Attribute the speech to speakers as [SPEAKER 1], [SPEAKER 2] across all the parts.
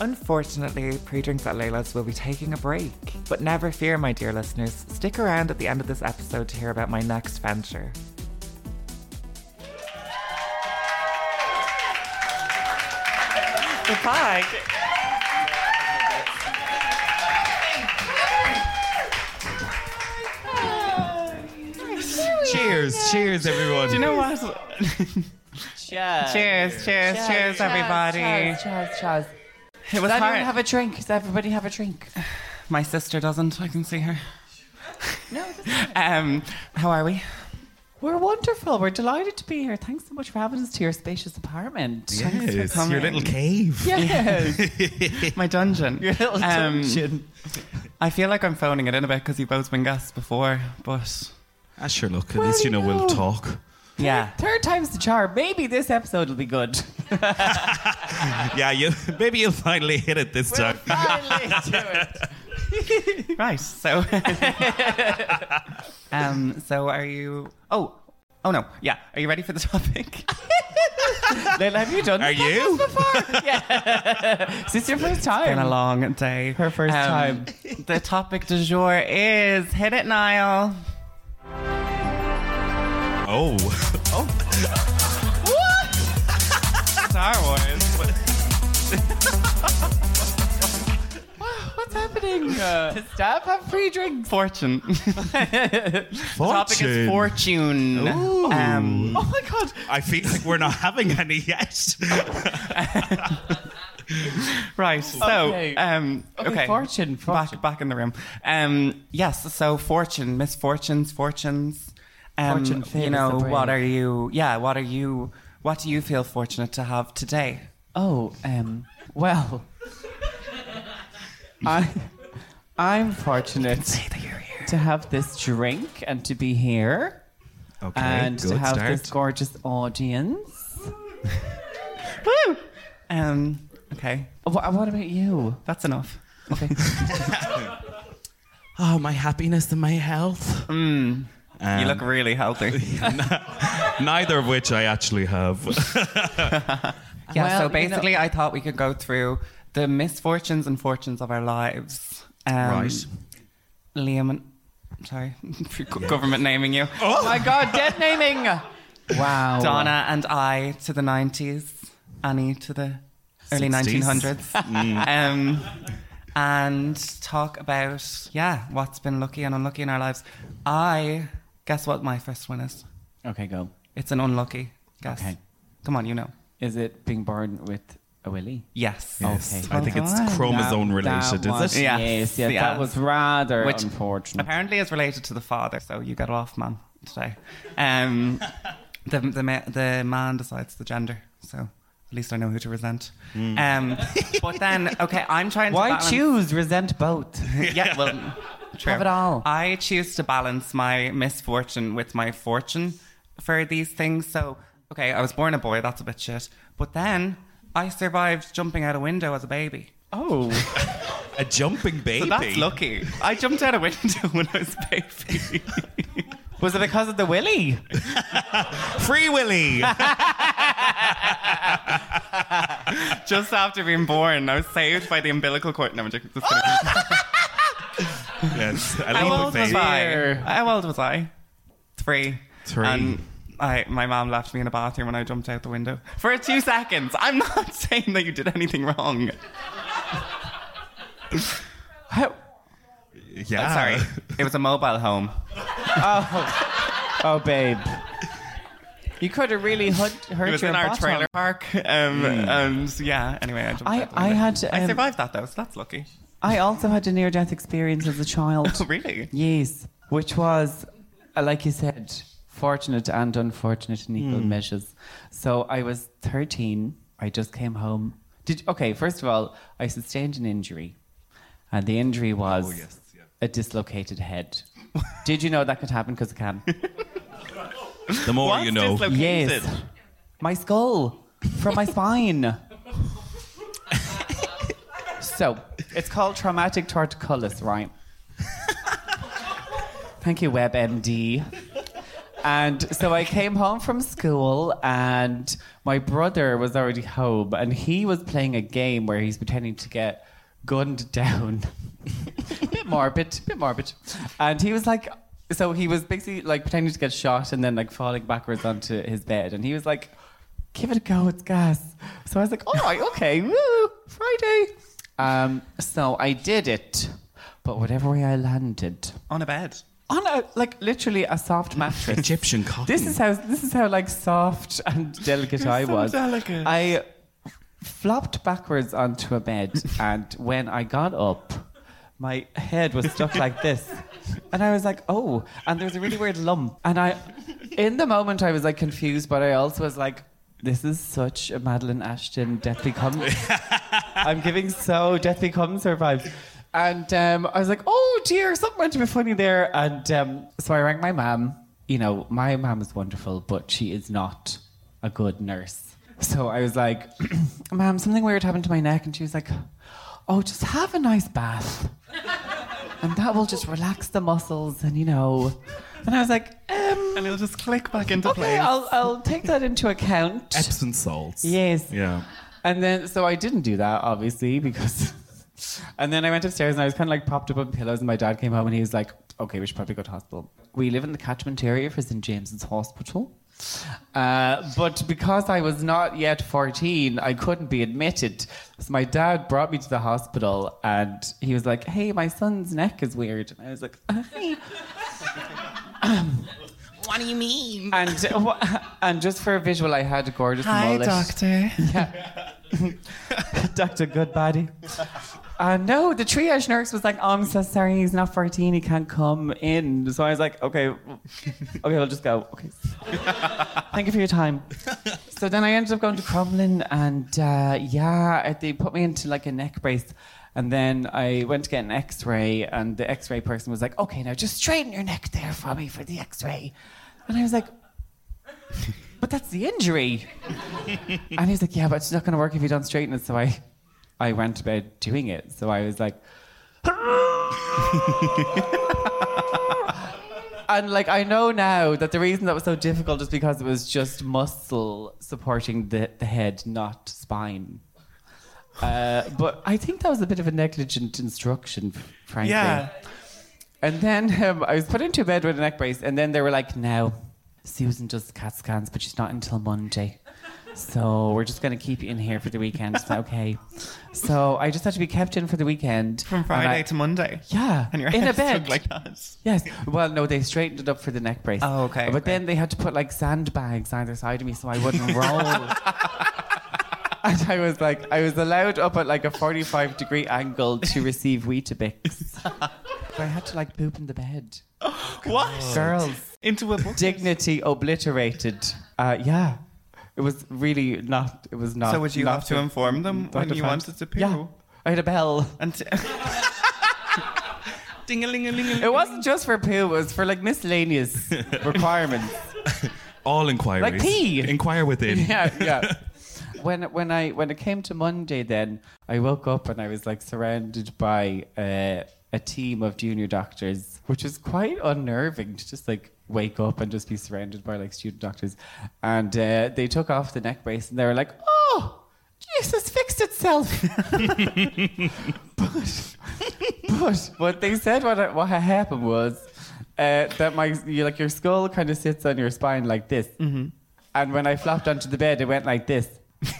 [SPEAKER 1] Unfortunately, Pre Drinks at Layla's will be taking a break. But never fear, my dear listeners, stick around at the end of this episode to hear about my next venture. The bag. Cheers, cheers, everyone. Do you know what?
[SPEAKER 2] Cheers.
[SPEAKER 1] Cheers, cheers, cheers, everybody.
[SPEAKER 2] Cheers, cheers, cheers.
[SPEAKER 1] It was
[SPEAKER 2] Does
[SPEAKER 1] hard.
[SPEAKER 2] anyone have a drink? Does everybody have a drink?
[SPEAKER 1] My sister doesn't. I can see her.
[SPEAKER 2] No.
[SPEAKER 1] Um, how are we?
[SPEAKER 2] We're wonderful. We're delighted to be here. Thanks so much for having us to your spacious apartment.
[SPEAKER 1] Thanks for
[SPEAKER 3] Yes, your
[SPEAKER 1] coming.
[SPEAKER 3] little cave.
[SPEAKER 2] Yes.
[SPEAKER 1] My dungeon.
[SPEAKER 2] Your little
[SPEAKER 1] Um,
[SPEAKER 2] dungeon.
[SPEAKER 1] I feel like I'm phoning it in a bit because you've both been guests before, but
[SPEAKER 3] Ah, sure, look, at
[SPEAKER 2] Well,
[SPEAKER 3] least you know
[SPEAKER 2] you
[SPEAKER 3] we'll
[SPEAKER 2] know.
[SPEAKER 3] talk.
[SPEAKER 1] yeah.
[SPEAKER 2] Third time's the charm. Maybe this episode will be good.
[SPEAKER 3] Yeah, you maybe you'll finally hit it this time.
[SPEAKER 2] Finally do it.
[SPEAKER 1] Right. So, um, so are you? Oh, oh no. Yeah. Are you ready for the topic?
[SPEAKER 2] Lil, have you done
[SPEAKER 3] Are
[SPEAKER 2] this
[SPEAKER 3] you?
[SPEAKER 2] before? yeah. Is this your first
[SPEAKER 1] Been a
[SPEAKER 2] time?
[SPEAKER 1] long day. Um,
[SPEAKER 2] Her first time.
[SPEAKER 1] The topic du jour is hit it, Niall.
[SPEAKER 3] Oh,
[SPEAKER 1] Star Wars.
[SPEAKER 2] What's happening? The staff have free drinks.
[SPEAKER 1] Fortune.
[SPEAKER 3] fortune.
[SPEAKER 1] topic is fortune.
[SPEAKER 3] Ooh.
[SPEAKER 1] Um,
[SPEAKER 2] Oh my god.
[SPEAKER 3] I feel like we're not having any yet.
[SPEAKER 1] Um, right. So,
[SPEAKER 2] Okay.
[SPEAKER 1] um, okay.
[SPEAKER 2] Okay, fortune, fortune.
[SPEAKER 1] Back, back in the room. Um, yes. So, fortune, misfortunes, fortunes. Um,
[SPEAKER 2] Fortune favours
[SPEAKER 1] you know,
[SPEAKER 2] the
[SPEAKER 1] what
[SPEAKER 2] brave.
[SPEAKER 1] are you? Yeah. What are you? What do you feel fortunate to have today?
[SPEAKER 2] Oh, um, well, I, I'm fortunate
[SPEAKER 1] that you're here.
[SPEAKER 2] to have this drink and to be here
[SPEAKER 3] Okay,
[SPEAKER 2] and
[SPEAKER 3] good
[SPEAKER 2] to have
[SPEAKER 3] start.
[SPEAKER 2] this gorgeous audience.
[SPEAKER 1] Woo! Um, okay,
[SPEAKER 2] What, what about you?
[SPEAKER 1] that's enough.
[SPEAKER 2] Okay.
[SPEAKER 3] oh, my happiness and my health. Um,
[SPEAKER 1] Hmm. you look really healthy.
[SPEAKER 3] neither of which I actually
[SPEAKER 1] Um,
[SPEAKER 3] have.
[SPEAKER 1] Yeah,
[SPEAKER 2] Well,
[SPEAKER 1] so
[SPEAKER 2] you
[SPEAKER 1] basically, I thought we could go through the misfortunes and fortunes of our lives. Um,
[SPEAKER 3] Right.
[SPEAKER 1] Liam and. Sorry, government naming you.
[SPEAKER 2] Oh my god, dead naming! Oh, Wow.
[SPEAKER 1] Donna and I to the 90s, Annie to the early
[SPEAKER 3] 60s.
[SPEAKER 2] Mm.
[SPEAKER 1] 1900s. um, and talk about, yeah, what's been lucky and unlucky in our lives. I. Guess what my first one is?
[SPEAKER 2] Okay, go.
[SPEAKER 1] It's an unlucky guess.
[SPEAKER 2] Okay.
[SPEAKER 1] Come on, you know.
[SPEAKER 2] Is it being born with a willy?
[SPEAKER 1] Yes. Oh,
[SPEAKER 3] Yes,
[SPEAKER 2] Okay.
[SPEAKER 3] I think
[SPEAKER 1] Well
[SPEAKER 3] it's
[SPEAKER 1] done.
[SPEAKER 3] chromosome
[SPEAKER 2] That
[SPEAKER 3] related,
[SPEAKER 2] was-
[SPEAKER 3] is it?
[SPEAKER 1] Yeah.
[SPEAKER 2] Yes,
[SPEAKER 1] Yes,
[SPEAKER 2] yes,
[SPEAKER 1] yes.
[SPEAKER 2] that was rather
[SPEAKER 1] Which-
[SPEAKER 2] unfortunate.
[SPEAKER 1] Apparently, it's related to the father, so you got off, man, today. Um, the the ma- the man decides the gender, so at least I know who to resent. Um, but then, okay, I'm trying. to
[SPEAKER 2] Mm. Why
[SPEAKER 1] balance-
[SPEAKER 2] choose? Resent both.
[SPEAKER 1] yeah, well, true.
[SPEAKER 2] Have it all.
[SPEAKER 1] I choose to balance my misfortune with my fortune for these things. So, okay, I was born a boy. That's a bit shit. But then I survived jumping out a window as a baby.
[SPEAKER 2] Oh.
[SPEAKER 3] A jumping baby.
[SPEAKER 1] So that's lucky. I jumped out a window when I was a baby.
[SPEAKER 2] Was it because of the willy?
[SPEAKER 3] Free Willy.
[SPEAKER 1] Just after being born, I was saved by the umbilical cord. No, I'm joking. Just kidding.
[SPEAKER 3] yes, a
[SPEAKER 1] How
[SPEAKER 3] little
[SPEAKER 1] old was
[SPEAKER 3] baby.
[SPEAKER 1] I? How old was I? Three.
[SPEAKER 3] Three.
[SPEAKER 1] And I, my mom left me in a bathroom when I jumped out the window for two seconds. I'm not saying that you did anything wrong.
[SPEAKER 2] How-
[SPEAKER 3] Yeah.
[SPEAKER 1] I'm Uh, sorry. It was a mobile home.
[SPEAKER 2] Oh, babe. You could have really hurt, hurt
[SPEAKER 1] It was
[SPEAKER 2] your
[SPEAKER 1] in our
[SPEAKER 2] bottom.
[SPEAKER 1] trailer park. Um, And yeah, anyway, I jumped
[SPEAKER 2] I-
[SPEAKER 1] out the
[SPEAKER 2] I
[SPEAKER 1] window.
[SPEAKER 2] had,
[SPEAKER 1] I
[SPEAKER 2] um,
[SPEAKER 1] survived that though, so that's lucky.
[SPEAKER 2] I also had a near death experience as a child.
[SPEAKER 1] really?
[SPEAKER 2] yes, which was, uh, like you said, fortunate and unfortunate in
[SPEAKER 3] Hmm.
[SPEAKER 2] equal measures. So I was 13. I just came home. Did Okay, first of all, I sustained an injury. And the injury was
[SPEAKER 3] Oh, yes, yeah.
[SPEAKER 2] a dislocated head. Did you know that could happen? Because it can.
[SPEAKER 3] The more
[SPEAKER 1] Once
[SPEAKER 3] you know.
[SPEAKER 1] dislocated-
[SPEAKER 2] Yes. My skull from my spine. so it's called traumatic torticollis, right? Thank you, WebMD. And so I came home from school, and my brother was already home, and he was playing a game where he's pretending to get gunned down. bit morbid, bit morbid. And he was like, so he was basically like pretending to get shot and then like falling backwards onto his bed, and he was like, give it a go, it's gas. So I was like, all right, okay, woo, Friday. Um, so I did it, but whatever way I landed
[SPEAKER 1] On a bed.
[SPEAKER 2] on a like literally a soft mattress.
[SPEAKER 3] Egyptian cotton.
[SPEAKER 2] This is how this is how like soft and delicate I
[SPEAKER 1] so
[SPEAKER 2] was.
[SPEAKER 1] delicate.
[SPEAKER 2] I flopped backwards onto a bed, and when I got up, my head was stuck like this, and I was like, "Oh!" And there was a really weird lump, and I, in the moment, I was like confused, but I also was like. This is such a Madeline Ashton Death Becomes. I'm giving so Death Becomes her vibes. And um, I was like, oh dear, something went a bit funny there. And um, so I rang my mum. You know, my mum is wonderful, but she is not a good nurse. So I was like, ma'am, something weird happened to my neck. And she was like, oh, just have a nice bath. And that will just relax the muscles and, you know. And I was like, um,
[SPEAKER 1] And it'll just click back into
[SPEAKER 2] okay,
[SPEAKER 1] place.
[SPEAKER 2] I'll, I'll take that into account.
[SPEAKER 3] Epsom salts.
[SPEAKER 2] Yes.
[SPEAKER 3] Yeah.
[SPEAKER 2] And then, so I didn't do that, obviously, because. and then I went upstairs and I was kind of like propped up on pillows, and my dad came home and he was like, okay, we should probably go to hospital. We live in the catchment area for St. James's Hospital. Uh, but because I was not yet 14, I couldn't be admitted. So my dad brought me to the hospital and he was like, hey, my son's neck is weird. And I was like, "Hey."
[SPEAKER 1] What do you mean?
[SPEAKER 2] and, and just for a visual, I had a gorgeous
[SPEAKER 1] Hi,
[SPEAKER 2] mullet.
[SPEAKER 1] doctor.
[SPEAKER 2] Dr. Goodbody. Uh, no, the triage nurse was like, oh, I'm so sorry, he's not 14, he can't come in. So I was like, okay, okay, we'll just go. Okay. Thank you for your time. So then I ended up going to Crumlin, and uh, yeah, I- they put me into like a neck brace. And then I went to get an x ray, and the x ray person was like, okay, now just straighten your neck there for me for the x ray. And I was like, but that's the injury. And he's like, yeah, but it's not going to work if you don't straighten it. So I, I went to bed doing it. So I was like, and like I know now that the reason that was so difficult is because it was just muscle supporting the, the head, not spine. Uh, but I think that was a bit of a negligent instruction, frankly.
[SPEAKER 1] Yeah.
[SPEAKER 2] And then um, I was put into bed with a neck brace, and then they were like, "No, Susan does CAT scans, but she's not until Monday." So we're just going to keep you in here for the weekend. It's like, okay. So I just had to be kept in for the weekend.
[SPEAKER 1] From
[SPEAKER 2] And I-
[SPEAKER 1] Friday to Monday.
[SPEAKER 2] yeah,
[SPEAKER 1] And your
[SPEAKER 2] in a
[SPEAKER 1] head's
[SPEAKER 2] bed.
[SPEAKER 1] stuck like that.
[SPEAKER 2] Yes. Well, no, they straightened it up for the neck brace.
[SPEAKER 1] Oh, okay,
[SPEAKER 2] But
[SPEAKER 1] okay.
[SPEAKER 2] then they had to put like sandbags either side of me so I wouldn't roll. and I was like, I was allowed up at like a 45 degree angle to receive Weetabix. so I had to like poop in the bed.
[SPEAKER 1] What?
[SPEAKER 2] Girls,
[SPEAKER 1] Into a book.
[SPEAKER 2] dignity obliterated. Uh, yeah. It was really not, it was not.
[SPEAKER 1] So would you
[SPEAKER 2] not
[SPEAKER 1] have Uh, to Mm,
[SPEAKER 2] the-
[SPEAKER 1] inform them
[SPEAKER 2] not
[SPEAKER 1] when
[SPEAKER 2] the
[SPEAKER 1] you
[SPEAKER 2] fact.
[SPEAKER 1] wanted to poo?
[SPEAKER 2] Yeah. I had a bell.
[SPEAKER 1] And t-
[SPEAKER 2] It wasn't just for poo, it was for like miscellaneous requirements.
[SPEAKER 3] All inquiries.
[SPEAKER 2] Like pee.
[SPEAKER 3] Inquire within.
[SPEAKER 2] yeah, yeah. When when I when it came to Monday, then I woke up and I was like surrounded by uh, a team of junior doctors, which is quite unnerving to just like wake up and just be surrounded by like student doctors. And uh, they took off the neck brace and they were like, "Oh, Jesus fixed itself." but, but what they said what what had happened was uh, that my you, like your skull kind of sits on your spine like this,
[SPEAKER 3] Mm-hmm.
[SPEAKER 2] and when I flopped onto the bed, it went like this.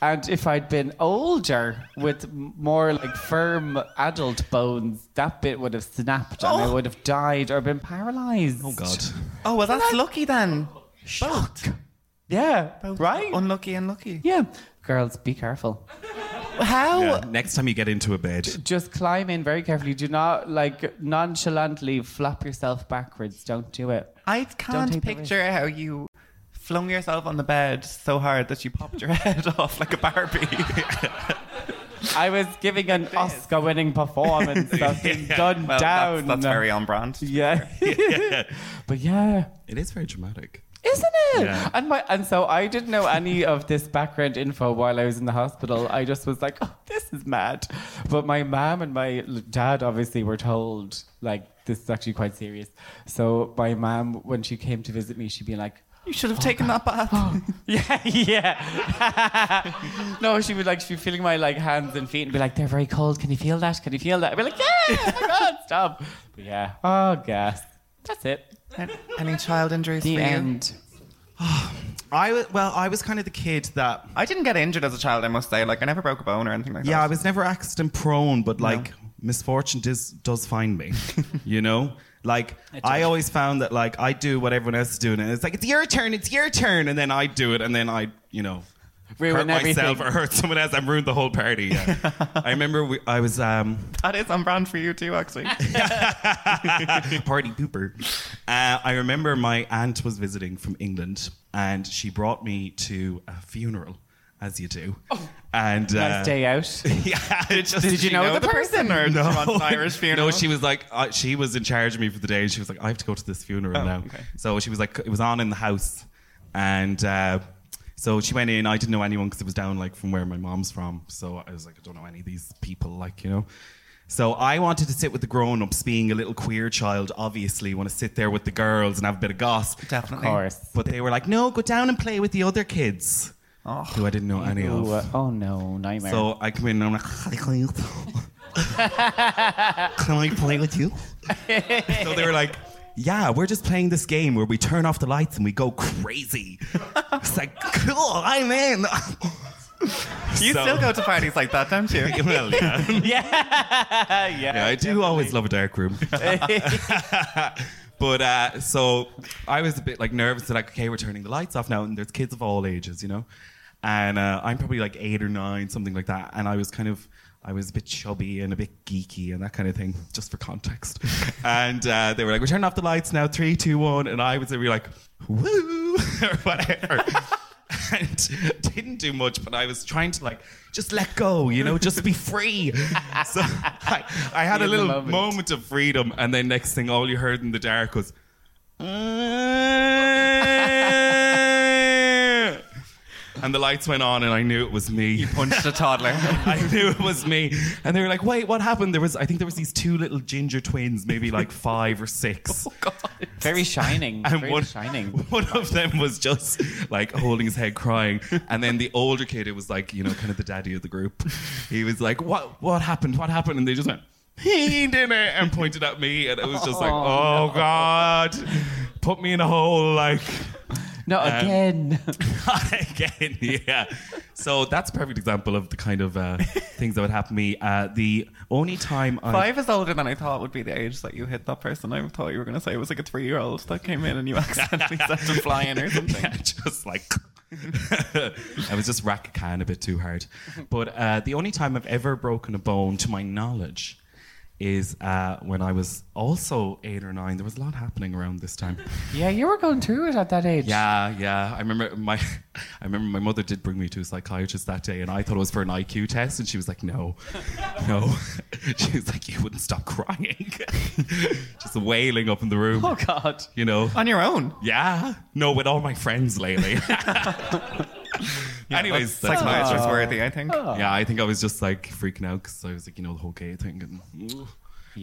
[SPEAKER 2] and if I'd been older with m- more like firm adult bones, that bit would have snapped, and I would have died or been paralyzed.
[SPEAKER 3] Oh God.
[SPEAKER 1] oh well, that's lucky then. Shock.
[SPEAKER 2] Yeah, right.
[SPEAKER 1] Unlucky and lucky.
[SPEAKER 2] yeah, girls, be careful.
[SPEAKER 1] How?
[SPEAKER 3] Yeah. Next time you get into a bed.
[SPEAKER 2] Just climb in very carefully. Do not like nonchalantly flop yourself backwards. Don't do it.
[SPEAKER 1] I
[SPEAKER 2] take
[SPEAKER 1] can't
[SPEAKER 2] the
[SPEAKER 1] picture how you flung yourself on the bed so hard that you popped your head off like a Barbie.
[SPEAKER 2] I was giving an Oscar-winning performance. That's been done
[SPEAKER 1] well,
[SPEAKER 2] down.
[SPEAKER 1] That's, that's very on brand.
[SPEAKER 2] Yeah. but yeah.
[SPEAKER 3] It is very dramatic.
[SPEAKER 2] Isn't it?
[SPEAKER 3] Yeah.
[SPEAKER 2] And my and so I didn't know any of this background info while I was in the hospital. I just was like, oh, this is mad. But my mom and my l- dad obviously were told like this is actually quite serious. So my mom, when she came to visit me, she'd be like,
[SPEAKER 1] You should have taken that
[SPEAKER 2] Oh.
[SPEAKER 1] bath.
[SPEAKER 2] yeah, yeah. no, she would like she'd be feeling my like hands and feet and be like, they're very cold. Can you feel that? Can you feel that? I'd be like, yeah, oh my god, stop. But yeah, oh gas. That's it.
[SPEAKER 1] Any child injuries
[SPEAKER 2] The
[SPEAKER 1] for you?
[SPEAKER 2] end.
[SPEAKER 3] I was, well, I was kind of the kid that
[SPEAKER 1] I didn't get injured as a child, I must say. Like, I never broke a bone or anything like
[SPEAKER 3] yeah, I
[SPEAKER 1] that.
[SPEAKER 3] was never accident prone, but like misfortune does does find me, you know. Like I always found that like I do what everyone else is doing, and it's like it's your turn, it's your turn, and then I do it, and then I you know
[SPEAKER 2] Ruin
[SPEAKER 3] hurt myself
[SPEAKER 2] everything.
[SPEAKER 3] or hurt someone else. I ruined the whole party. Yeah. I remember we, I was um,
[SPEAKER 1] That is on brand for you too, actually.
[SPEAKER 3] party pooper. Uh, I remember my aunt was visiting from England, and she brought me to a funeral, as you do. And
[SPEAKER 2] Oh, Nice
[SPEAKER 3] uh,
[SPEAKER 2] day out.
[SPEAKER 3] Yeah, just,
[SPEAKER 2] Did you know, the, person?
[SPEAKER 1] or
[SPEAKER 3] No.
[SPEAKER 1] no. an Irish funeral?
[SPEAKER 3] No, she was like, uh, she was in charge of me for the day, and she was like, I have to go to this funeral now.
[SPEAKER 1] Oh, okay.
[SPEAKER 3] So she was like, it was on in the house, and uh, so she went in. I didn't know anyone because it was down like from where my mom's from. So I was like, I don't know any of these people, like you know. So I wanted to sit with the grown-ups, being a little queer child. Obviously, want to sit there with the girls and have a bit of gossip.
[SPEAKER 1] Definitely.
[SPEAKER 2] Of course.
[SPEAKER 3] But they were like, no, go down and play with the other kids,
[SPEAKER 1] Oh.
[SPEAKER 3] who I didn't know any of.
[SPEAKER 2] Ooh, uh, oh no, nightmare.
[SPEAKER 3] So I come in and I'm like, "Hi, Cleo." can I play with you? so they were like, yeah, we're just playing this game where we turn off the lights and we go crazy. it's like, cool, I'm in.
[SPEAKER 1] You
[SPEAKER 3] So-
[SPEAKER 1] still go to parties like that, don't you?
[SPEAKER 3] well, yeah.
[SPEAKER 2] yeah,
[SPEAKER 3] yeah, I do always love a dark room. uh, But uh, so I was a bit like nervous that like, okay, we're turning the lights off now, and there's kids of all ages, you know, and uh, I'm probably like eight or nine, something like that, and I was kind of. I was a bit chubby and a bit geeky and that kind of thing, just for context. and uh, they were like, "We're turning off the lights now, three, two, one," and I was really like, "Woo!" or whatever, and didn't do much. But I was trying to like just let go, you know, just be free. so I, I had
[SPEAKER 2] Be
[SPEAKER 3] a
[SPEAKER 2] in the
[SPEAKER 3] little
[SPEAKER 2] moment.
[SPEAKER 3] moment moment of freedom, and then next thing, all you heard in the dark was. "Eh." and the lights went on, and I knew it was me.
[SPEAKER 1] Punched a toddler.
[SPEAKER 3] I knew it was me. And they were like, wait, what happened? There was, I think there was these two little ginger twins, maybe like five or six.
[SPEAKER 2] very shining.
[SPEAKER 3] And
[SPEAKER 2] very
[SPEAKER 3] one,
[SPEAKER 2] shining.
[SPEAKER 3] one of them was just like holding his head crying. And then the older kid who was like, you know, kind of the daddy of the group. He was like, What what happened? What happened? And they just went, He did it and pointed at me and it was just like,
[SPEAKER 2] Oh,
[SPEAKER 3] Oh God. Put me in a hole like
[SPEAKER 2] No,
[SPEAKER 3] Um,
[SPEAKER 2] again.
[SPEAKER 3] again. Yeah. So that's a perfect example of the kind of uh, things that would happen to me. Uh, the only time I
[SPEAKER 1] Five is older than I thought would be the age that you hit that person. I thought you were going to say it was like a three year old that came in and you accidentally sent him flying or something.
[SPEAKER 3] Yeah, just like I was just rack a can a bit too hard. But uh, the only time I've ever broken a bone, to my knowledge, is uh, when I was also eight or nine. There was a lot happening around this time.
[SPEAKER 2] yeah, you were going through it at that age.
[SPEAKER 3] Yeah, yeah. I remember my, I remember my mother did bring me to a psychiatrist that day, and I thought it was for an IQ test, and she was like, "No, no." She was like, "You wouldn't stop crying, just wailing up in the room."
[SPEAKER 2] Oh God.
[SPEAKER 3] You know,
[SPEAKER 1] On your own.
[SPEAKER 3] yeah. No, with all my friends lately. Anyways, uh,
[SPEAKER 1] That's uh,
[SPEAKER 3] that's my
[SPEAKER 1] psychiatrist worthy, I think.
[SPEAKER 3] yeah, I think I was just like freaking out because I was like, you know, the whole gay thing. And,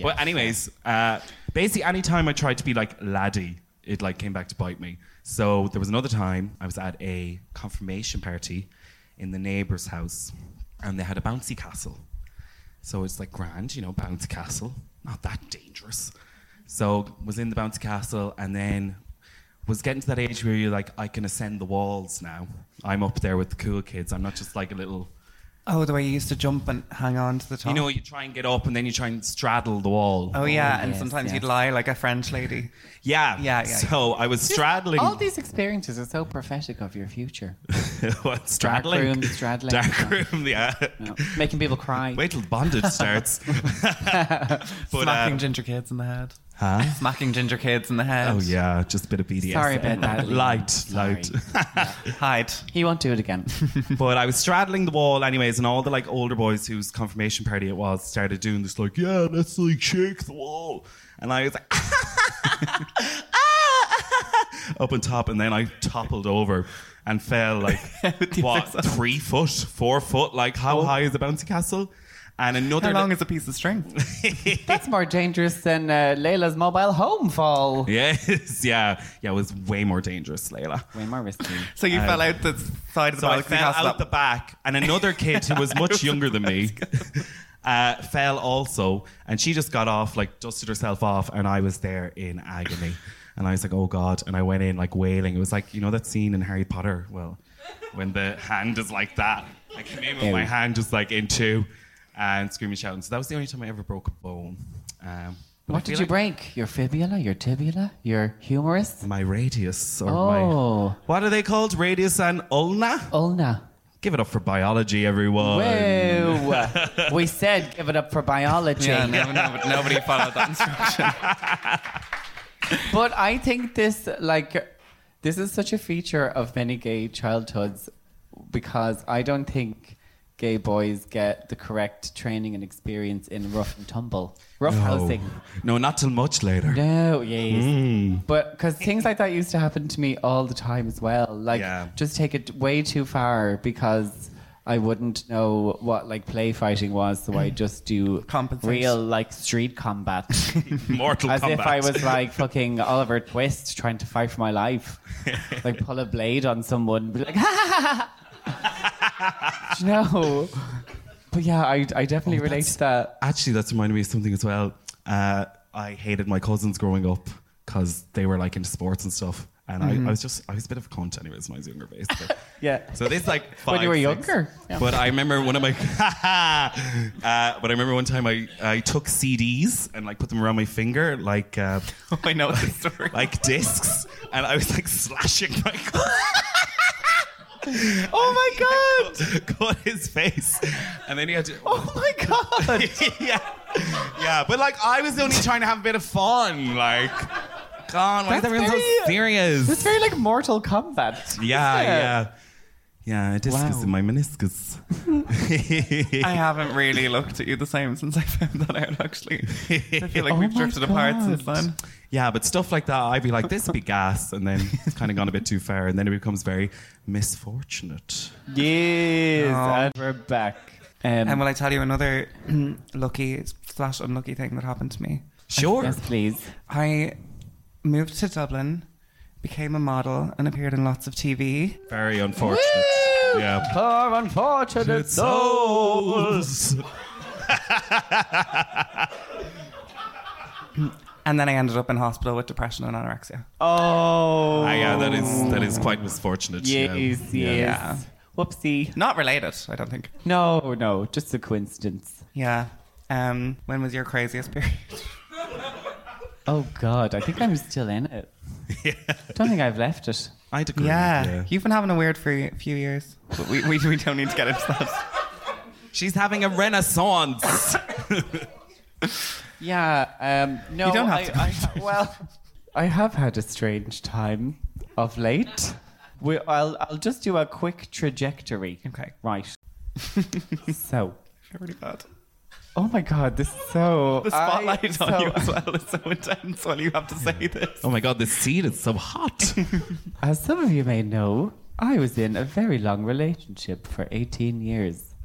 [SPEAKER 3] but anyways, uh, basically, any time I tried to be like laddie, it like came back to bite me. So there was another time I was at a confirmation party in the neighbor's house, and they had a bouncy castle. So it's like grand, you know, bouncy castle, not that dangerous. So was in the bouncy castle, and then was getting to that age where you're like, I can ascend the walls now. I'm up there with the cool kids. I'm not just like a little
[SPEAKER 1] Oh, the way you used to jump and hang on to the top.
[SPEAKER 3] you know, you try and get up and then you try and straddle the wall.
[SPEAKER 1] oh, yeah. and
[SPEAKER 2] yes,
[SPEAKER 1] sometimes
[SPEAKER 2] yes.
[SPEAKER 1] you'd lie like a French lady.
[SPEAKER 3] Yeah.
[SPEAKER 1] Yeah, yeah,
[SPEAKER 3] So I was straddling.
[SPEAKER 2] All these experiences are so prophetic of your future.
[SPEAKER 3] what, straddling?
[SPEAKER 2] room, straddling.
[SPEAKER 3] Dark room, yeah.
[SPEAKER 2] No, making people cry.
[SPEAKER 3] Wait till bondage starts. but,
[SPEAKER 1] Smacking
[SPEAKER 3] uh,
[SPEAKER 1] ginger kids in the head.
[SPEAKER 3] huh?
[SPEAKER 1] Smacking ginger kids in the head.
[SPEAKER 3] Oh, yeah, just a bit of BDS.
[SPEAKER 2] Sorry about that, Liam.
[SPEAKER 3] light,
[SPEAKER 2] Sorry.
[SPEAKER 3] light.
[SPEAKER 1] Hide.
[SPEAKER 2] He won't do it again.
[SPEAKER 3] but I was straddling the wall anyways, and all the like older boys whose confirmation party it was started doing this like, yeah, let's like shake the wall, and I was like. "Ah!" Up on top, and then I toppled over and fell like
[SPEAKER 1] Out the other
[SPEAKER 3] what
[SPEAKER 1] side.
[SPEAKER 3] three foot, four foot? Like how high is the bouncy castle? And another
[SPEAKER 1] Oh. How long is a piece of string?
[SPEAKER 2] That's more dangerous than uh, Layla's mobile home fall.
[SPEAKER 3] Yes, yeah. Yeah, it was way more dangerous, Layla.
[SPEAKER 2] Way more risky.
[SPEAKER 1] So you fell out the side of the
[SPEAKER 3] So I
[SPEAKER 1] balcony
[SPEAKER 3] fell
[SPEAKER 1] castle
[SPEAKER 3] out the
[SPEAKER 1] that-
[SPEAKER 3] back, and another kid who was much younger than me uh, fell also, and she just got off, like dusted herself off, and I was there in agony. And I was like, oh God. And I went in like wailing. It was like, you know, that scene in Harry Potter? Well, when the hand is like that. I came in with my hand just like in two and screaming, shouting. So that was the only time I ever broke a bone. Um, but I
[SPEAKER 2] What did
[SPEAKER 3] feel
[SPEAKER 2] you
[SPEAKER 3] like
[SPEAKER 2] break? Your fibula? Your tibula? Your humerus?
[SPEAKER 3] My radius or my.
[SPEAKER 2] Oh,
[SPEAKER 3] What are they called? Radius and ulna?
[SPEAKER 2] ulna.
[SPEAKER 3] Give it up for biology, everyone.
[SPEAKER 2] Whoa. we said give it up for biology.
[SPEAKER 1] yeah, no, no, nobody followed that instruction.
[SPEAKER 2] But I think this, like, this is such a feature of many gay childhoods because I don't think gay boys get the correct training and experience in rough and tumble, rough housing.
[SPEAKER 3] No, not till much later.
[SPEAKER 2] No, yes.
[SPEAKER 3] Mm.
[SPEAKER 2] But because things like that used to happen to me all the time as well. Like,
[SPEAKER 3] Yeah.
[SPEAKER 2] just take it way too far because I wouldn't know what like play fighting was, so I just do
[SPEAKER 1] Compensate.
[SPEAKER 2] real like street combat,
[SPEAKER 3] Mortal
[SPEAKER 2] as
[SPEAKER 3] Kombat.
[SPEAKER 2] if I was like fucking Oliver Twist trying to fight for my life, like pull a blade on someone, and be like, ha ha ha. ha." Do you know? But yeah, I I
[SPEAKER 3] Oh,
[SPEAKER 2] definitely relate to that.
[SPEAKER 3] Actually, that's reminded me of something as well. Uh, I hated my cousins growing up because they were like into sports and stuff. And
[SPEAKER 2] Mm-hmm.
[SPEAKER 3] I, I was just, I was a bit of a cunt anyways when I was younger, basically.
[SPEAKER 2] Yeah.
[SPEAKER 3] So this like five,
[SPEAKER 2] When you were
[SPEAKER 3] six.
[SPEAKER 2] younger. Yeah.
[SPEAKER 3] But I remember one of my, uh, but I remember one time I, I took CDs and like put them around my finger like uh,
[SPEAKER 1] I know the story.
[SPEAKER 3] like discs, and I was like slashing my.
[SPEAKER 2] Oh my god.
[SPEAKER 3] cut, cut his face, and then he had to.
[SPEAKER 2] Oh my god!
[SPEAKER 3] yeah, yeah, but like I was only trying to have a bit of fun. Like, God, why is
[SPEAKER 2] That's
[SPEAKER 3] everyone so
[SPEAKER 2] very-
[SPEAKER 3] serious?
[SPEAKER 2] It's very like Mortal Kombat.
[SPEAKER 3] yeah, yeah, yeah. A discus
[SPEAKER 2] Wow.
[SPEAKER 3] in my meniscus.
[SPEAKER 1] I haven't really looked at you the same since I found that out, actually. I feel like
[SPEAKER 2] Oh
[SPEAKER 1] we've
[SPEAKER 2] my
[SPEAKER 1] drifted apart
[SPEAKER 2] God.
[SPEAKER 1] since then.
[SPEAKER 3] yeah, but stuff like that, I'd be like, this would be gas, and then it's kind of gone a bit too far, and then it becomes very misfortunate.
[SPEAKER 2] Yes,
[SPEAKER 1] Oh.
[SPEAKER 2] and we're back. Um,
[SPEAKER 1] And will I tell you another lucky slash unlucky thing that happened to me?
[SPEAKER 3] Sure.
[SPEAKER 2] yes, please.
[SPEAKER 1] I moved to Dublin, became a model, and appeared in lots of TV.
[SPEAKER 3] Very unfortunate. Yeah.
[SPEAKER 2] Poor unfortunate soul.
[SPEAKER 3] Souls.
[SPEAKER 1] And then I ended up in hospital with depression and anorexia.
[SPEAKER 2] Oh,
[SPEAKER 3] Ah, yeah, that is that is quite misfortunate.
[SPEAKER 2] yes, yes.
[SPEAKER 1] Yeah.
[SPEAKER 2] Whoopsie.
[SPEAKER 1] Not related, I don't think.
[SPEAKER 2] No, no, just a coincidence.
[SPEAKER 1] Yeah. Um, when was your craziest period?
[SPEAKER 2] Oh God, I think I'm still in it. Don't think I've left it.
[SPEAKER 3] I'd agree.
[SPEAKER 1] Yeah. You've been having a weird for few years, but we, we, we don't need to get into that.
[SPEAKER 3] She's having a renaissance.
[SPEAKER 2] Yeah, um, no,
[SPEAKER 1] You don't have
[SPEAKER 2] I,
[SPEAKER 1] to.
[SPEAKER 2] I ha- well, I have had a strange time of late. We, I'll, I'll just do a quick trajectory.
[SPEAKER 1] Okay.
[SPEAKER 2] Right. so,
[SPEAKER 1] Really bad.
[SPEAKER 2] oh my God, this is so.
[SPEAKER 1] The
[SPEAKER 2] I-
[SPEAKER 1] spotlight on
[SPEAKER 2] so-
[SPEAKER 1] you as well is so intense while you have to say this.
[SPEAKER 3] oh my god, this seat is so hot.
[SPEAKER 2] As some of you may know, I was in a very long relationship for 18 years.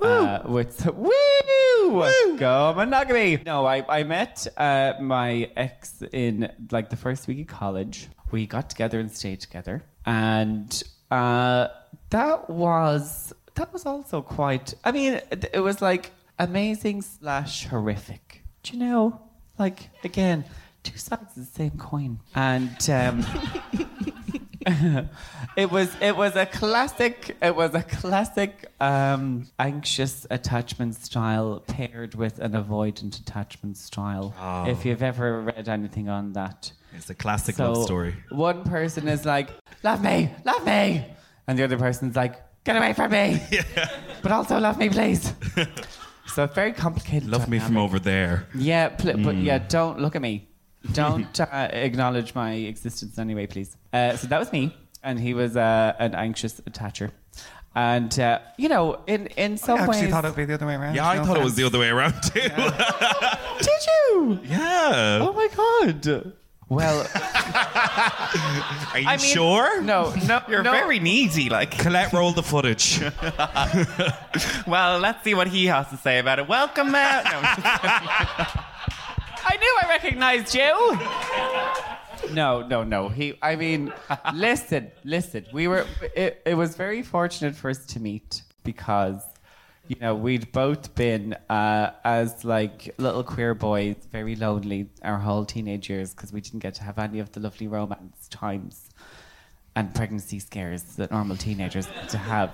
[SPEAKER 2] Uh, with woo, go monogamy. No, I I met uh, my ex in like the first week of college. We got together and stayed together, and uh, that was that was also quite. I mean, it, it was like amazing slash horrific. Do you know? Like again, two sides of the same coin, and. Um, it was it was a classic it was a classic um, anxious attachment style paired with an avoidant attachment style.
[SPEAKER 3] Oh.
[SPEAKER 2] If you've ever read anything on that,
[SPEAKER 3] It's a classic love story.
[SPEAKER 2] One person is like, "Love me, love me," and the other person's like, "Get away from me," but also love me, please. so very complicated.
[SPEAKER 3] Love me from
[SPEAKER 2] dynamic.
[SPEAKER 3] over there.
[SPEAKER 2] Yeah, pl- but yeah, don't look at me. Don't uh, acknowledge my existence in any way, please. Uh, so that was me, and he was uh, an anxious attacher, and uh, you know, in in
[SPEAKER 1] I
[SPEAKER 2] some
[SPEAKER 1] actually
[SPEAKER 2] ways,
[SPEAKER 1] thought it would be the other way around.
[SPEAKER 3] Yeah, I
[SPEAKER 1] No
[SPEAKER 3] thought it was
[SPEAKER 1] offense.
[SPEAKER 3] the other way around too. Yeah.
[SPEAKER 1] Oh
[SPEAKER 2] did you? Oh my god! Well,
[SPEAKER 3] Are you
[SPEAKER 2] I mean,
[SPEAKER 3] sure?
[SPEAKER 2] No, no,
[SPEAKER 1] You're
[SPEAKER 2] no.
[SPEAKER 1] very needy, like.
[SPEAKER 3] Colette, roll the footage.
[SPEAKER 1] Well, let's see what he has to say about it. Welcome uh, out. No, I'm just-
[SPEAKER 2] I knew I recognized you. No, no, no. He, I mean, listen, listen. We were. It, it was very fortunate for us to meet because, you know, we'd both been uh, as like little queer boys, very lonely our whole teenage years because we didn't get to have any of the lovely romance times and pregnancy scares that normal teenagers get to have.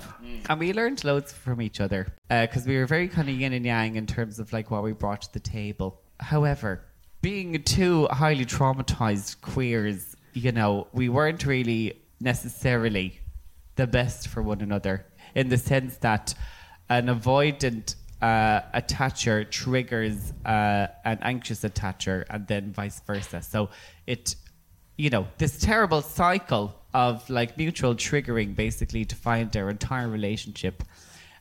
[SPEAKER 2] And we learned loads from each other because we were very kind of yin and yang in terms of like what we brought to the table. However, being two highly traumatized queers, you know, we weren't really necessarily the best for one another in the sense that an avoidant uh, attacher triggers uh, an anxious attacher and then vice versa. So it you know, this terrible cycle of like mutual triggering basically defined their entire relationship.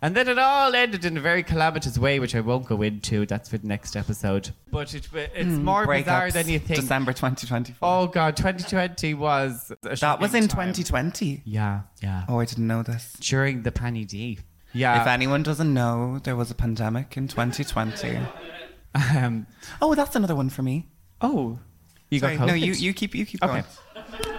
[SPEAKER 2] And then it all ended in a very calamitous way, which I won't go into. That's for the next episode. But it, it's more bizarre
[SPEAKER 1] Breakups,
[SPEAKER 2] than you think.
[SPEAKER 1] Hmm. December 2024.
[SPEAKER 2] Oh God, 2020 was a
[SPEAKER 1] that was
[SPEAKER 2] shocking
[SPEAKER 1] in
[SPEAKER 2] time.
[SPEAKER 1] 2020.
[SPEAKER 2] Yeah, yeah.
[SPEAKER 1] Oh, I didn't know this.
[SPEAKER 2] During the Panny D. Yeah.
[SPEAKER 1] if anyone doesn't know, there was a pandemic in 2020.
[SPEAKER 2] um,
[SPEAKER 1] Oh, that's another one for me.
[SPEAKER 2] oh, you
[SPEAKER 1] Sorry,
[SPEAKER 2] got COVID.
[SPEAKER 1] no, you, you keep you keep
[SPEAKER 2] Okay.
[SPEAKER 1] going.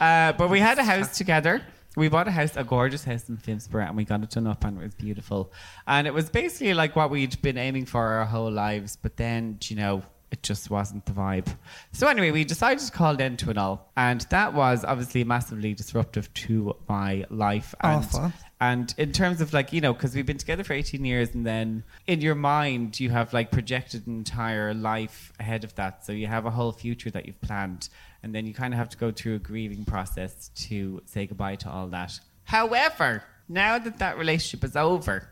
[SPEAKER 2] Uh, but we had a house together. We bought a house, a gorgeous house in Finsborough, and we got it done up, and it was beautiful. And it was basically like what we'd been aiming for our whole lives, but then, do you know, it just wasn't the vibe. So anyway, we decided to call it end to it all, and that was obviously massively disruptive to my life. And
[SPEAKER 1] Awful.
[SPEAKER 2] and in terms of like, you know, because we've been together for 18 years, and then in your mind, you have like projected an entire life ahead of that. So you have a whole future that you've planned. And then you kind of have to go through a grieving process to say goodbye to all that. However, now that that relationship is over,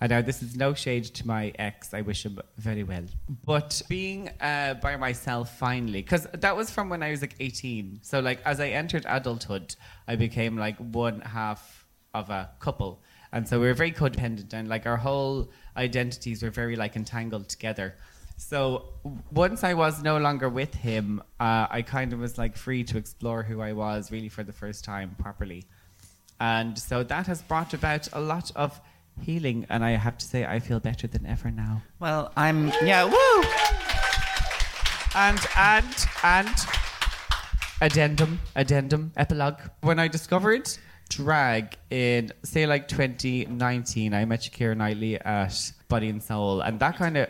[SPEAKER 2] and now this is no shade to my ex. I wish him very well. But being uh, by myself finally, because that was from when I was like 18. So like as I entered adulthood, I became like one half of a couple. And so we were very codependent and like our whole identities were very like entangled together. So w- once I was no longer with him, uh, I kind of was like free to explore who I was really for the first time properly. And so that has brought about a lot of healing. And I have to say, I feel better than ever now.
[SPEAKER 1] Well, I'm yeah, woo.
[SPEAKER 2] And, and, and, addendum, addendum, epilogue. When I discovered drag in, say, like 2019, I met Shakira Knightley at Body and Soul. And that kind of,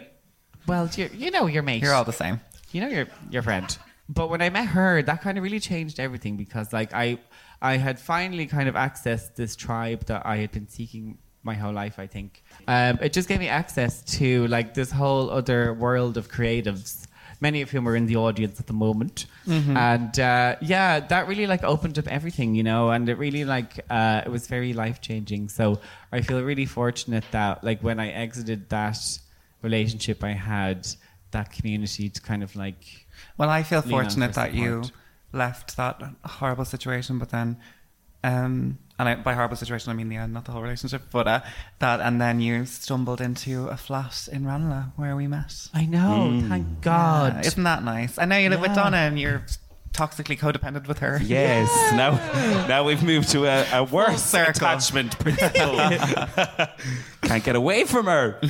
[SPEAKER 2] well, you, you know your mate.
[SPEAKER 1] You're all the same.
[SPEAKER 2] you know your your friend. But when I met her, that kind of really changed everything because like I I had finally kind of accessed this tribe that I had been seeking my whole life, I think. Um, it just gave me access to like this whole other world of creatives, many of whom are in the audience at the moment. And uh, yeah, that really like opened up everything, you know, and it really like uh, it was very life changing. So I feel really fortunate that like when I exited that relationship I had, that community to kind of like
[SPEAKER 1] Well, I feel
[SPEAKER 2] Lean on
[SPEAKER 1] fortunate
[SPEAKER 2] for
[SPEAKER 1] that you
[SPEAKER 2] support.
[SPEAKER 1] left that horrible situation, but then, um, and I, by horrible situation I mean the end, not the whole relationship, but uh, that, and then you stumbled into a flat in Ranelagh where we met.
[SPEAKER 2] I know, thank
[SPEAKER 1] Yeah,
[SPEAKER 2] God.
[SPEAKER 1] isn't that nice? I know you live with
[SPEAKER 2] Yeah.
[SPEAKER 1] Donna and you're toxically codependent with her.
[SPEAKER 3] Yes. Now, now we've moved to a, a worse
[SPEAKER 1] circle.
[SPEAKER 3] attachment principle. Can't get away from her.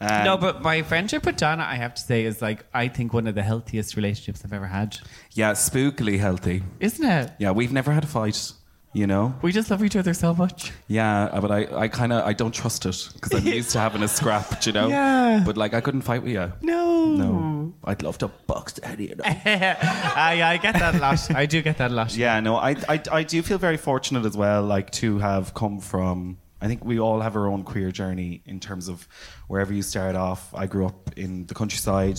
[SPEAKER 3] Um,
[SPEAKER 2] no, but my friendship with Donna, I have to say, is like I think one of the healthiest relationships I've ever had.
[SPEAKER 3] yeah, spookily healthy.
[SPEAKER 2] Isn't it?
[SPEAKER 3] Yeah, we've never had a fight. You know.
[SPEAKER 2] We just love each other so much.
[SPEAKER 3] Yeah, uh, but I, I kind of, I don't trust it because I'm used to having a scrap, you know.
[SPEAKER 2] Yeah.
[SPEAKER 3] But like, I couldn't fight with you.
[SPEAKER 2] No.
[SPEAKER 3] No, I'd love to box any of them.
[SPEAKER 2] Ah, yeah, I get that a lot. I do get that a lot.
[SPEAKER 3] Yeah, no, I, I, I do feel very fortunate as well, like to have come from. I think we all have our own queer journey in terms of wherever you start off. I grew up in the countryside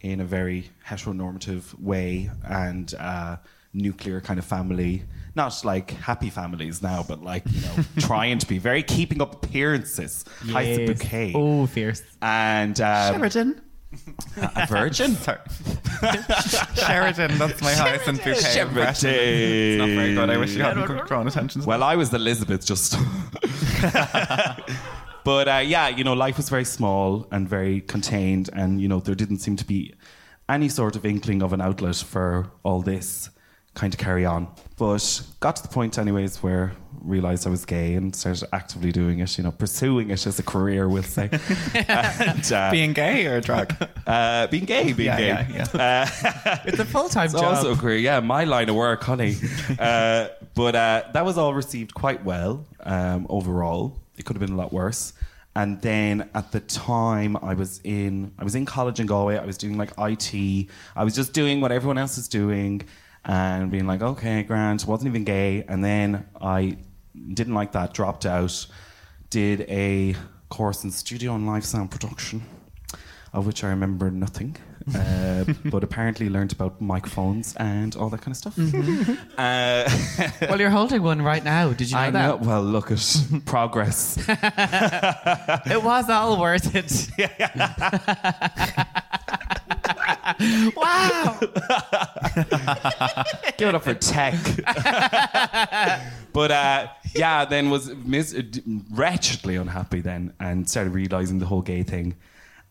[SPEAKER 3] in a very heteronormative way and uh, nuclear kind of family. Not like happy families now, but like, you know, trying to be very keeping up appearances. Hides the
[SPEAKER 2] Yes.
[SPEAKER 3] bouquet.
[SPEAKER 2] Oh, fierce.
[SPEAKER 3] And um,
[SPEAKER 1] Sheridan.
[SPEAKER 3] a virgin?
[SPEAKER 1] Sorry. Sheridan, that's my highest and bouquet. impression. It's not very good. I wish you hadn't drawn attention to
[SPEAKER 3] Well, I was Elizabeth, just. but uh, yeah, you know, life was very small and very contained, and you know, there didn't seem to be any sort of inkling of an outlet for all this kind of carry on. But got to the point, anyways, where realised I was gay and started actively doing it, you know, pursuing it as a career, we'll say. and, uh,
[SPEAKER 1] Being gay or drag?
[SPEAKER 3] uh, being gay, being
[SPEAKER 1] Yeah,
[SPEAKER 3] gay.
[SPEAKER 1] yeah,
[SPEAKER 4] It's a full time
[SPEAKER 3] It's also a career, yeah, my line of work, honey. uh, but uh, that was all received quite well um, overall. It could have been a lot worse. And then at the time, I was in I was in college in Galway. I was doing like IT. I was just doing what everyone else is doing, and being like, okay, Grant wasn't even gay. And then I didn't like that. Dropped out. Did a course in studio and live sound production of which I remember nothing, uh, but apparently learned about microphones and all that kind of stuff. Uh,
[SPEAKER 4] well, you're holding one right now. Did you know
[SPEAKER 3] I
[SPEAKER 4] that?
[SPEAKER 3] know. Well, look at progress.
[SPEAKER 4] It was all worth it. wow.
[SPEAKER 3] Give it up for tech. but uh, yeah, then was mis- d- wretchedly unhappy then and started realizing the whole gay thing.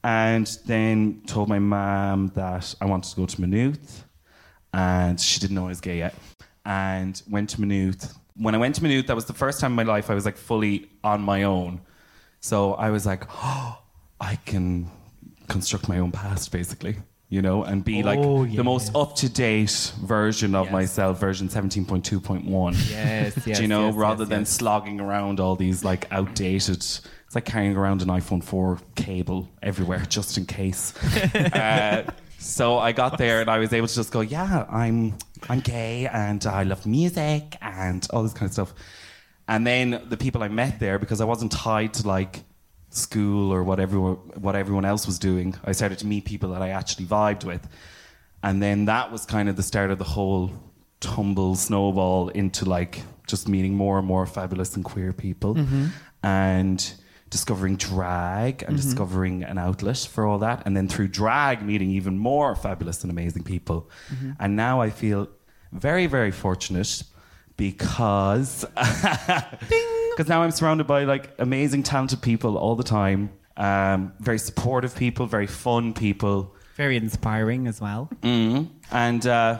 [SPEAKER 3] And then told my mom that I wanted to go to Maynooth and she didn't know I was gay yet. And went to Maynooth. When I went to Maynooth, that was the first time in my life I was like fully on my own. So I was like, oh, I can construct my own past basically, you know, and be like
[SPEAKER 4] Oh,
[SPEAKER 3] the most
[SPEAKER 4] yes.
[SPEAKER 3] up to date version of
[SPEAKER 4] Yes.
[SPEAKER 3] myself, version 17.2.1.
[SPEAKER 4] Yes, yes.
[SPEAKER 3] Do you know,
[SPEAKER 4] yes,
[SPEAKER 3] rather
[SPEAKER 4] yes,
[SPEAKER 3] than
[SPEAKER 4] yes.
[SPEAKER 3] slogging around all these like outdated, it's like carrying around an iPhone 4 cable everywhere just in case. uh, so I got there and I was able to just go, yeah, I'm I'm gay and I love music and all this kind of stuff. And then the people I met there, because I wasn't tied to like school or what everyone what everyone else was doing, I started to meet people that I actually vibed with. And then that was kind of the start of the whole tumble snowball into like just meeting more and more fabulous and queer people and discovering drag and discovering an outlet for all that. And then through drag, meeting even more fabulous and amazing people. And now I feel very, very fortunate because because now I'm surrounded by like amazing, talented people all the time. Um, very supportive people, very fun people.
[SPEAKER 4] Very inspiring as well.
[SPEAKER 3] And uh,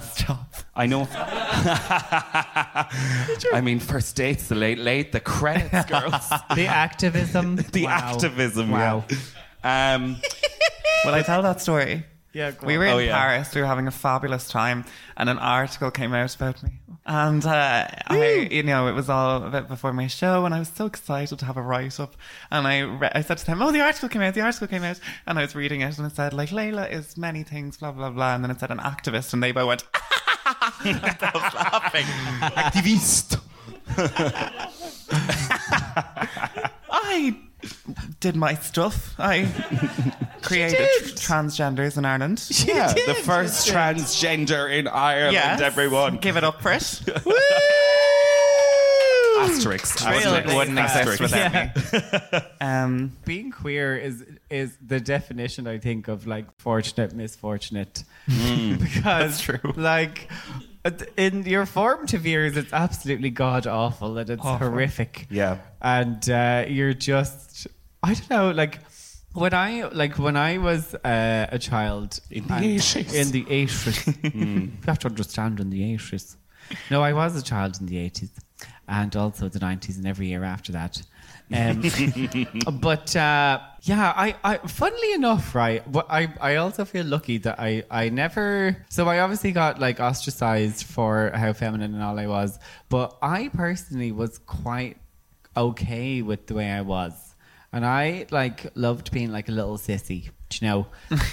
[SPEAKER 3] I know. I mean, first dates, the late, late, the credits, girls.
[SPEAKER 4] The activism.
[SPEAKER 3] the
[SPEAKER 4] Wow.
[SPEAKER 3] activism.
[SPEAKER 4] Wow.
[SPEAKER 3] Yeah. Um,
[SPEAKER 1] Will I tell that story?
[SPEAKER 4] Yeah, go
[SPEAKER 1] We
[SPEAKER 4] on.
[SPEAKER 1] were in
[SPEAKER 3] Oh, yeah.
[SPEAKER 1] Paris. We were having a fabulous time, and an article came out about me. And uh, I, you know, it was all a bit before my show, and I was so excited to have a write up. And I, re- I said to them, "Oh, the article came out. The article came out." And I was reading it, and it said like Layla is many things, blah blah blah. And then it said an activist, and they both went.
[SPEAKER 3] activist.
[SPEAKER 1] I did my stuff. I created transgenders in Ireland.
[SPEAKER 3] yeah, the first transgender in Ireland.
[SPEAKER 1] Yes.
[SPEAKER 3] Everyone.
[SPEAKER 1] give it up for it.
[SPEAKER 3] Asterisk.
[SPEAKER 1] Ireland
[SPEAKER 3] Asterisk.
[SPEAKER 1] wouldn't exist
[SPEAKER 3] asterisk.
[SPEAKER 1] without me. Um,
[SPEAKER 2] being queer is is the definition I think of like fortunate misfortunate
[SPEAKER 3] Mm.
[SPEAKER 2] because like at- in your formative years it's absolutely god awful and it's horrific
[SPEAKER 3] Yeah.
[SPEAKER 2] and uh, you're just I don't know like when I like when I was uh, a child
[SPEAKER 3] In the Hmm.
[SPEAKER 2] and-
[SPEAKER 3] 80s.
[SPEAKER 2] in the eighties you have to understand in the eighties no I was a child in the eighties and also the nineties and every year after that. Um, but uh, yeah, I, I funnily enough, right? wh- I I also feel lucky that I I never. So I obviously got like ostracized for how feminine and all I was, but I personally was quite okay with the way I was, and I like loved being like a little sissy, do you know?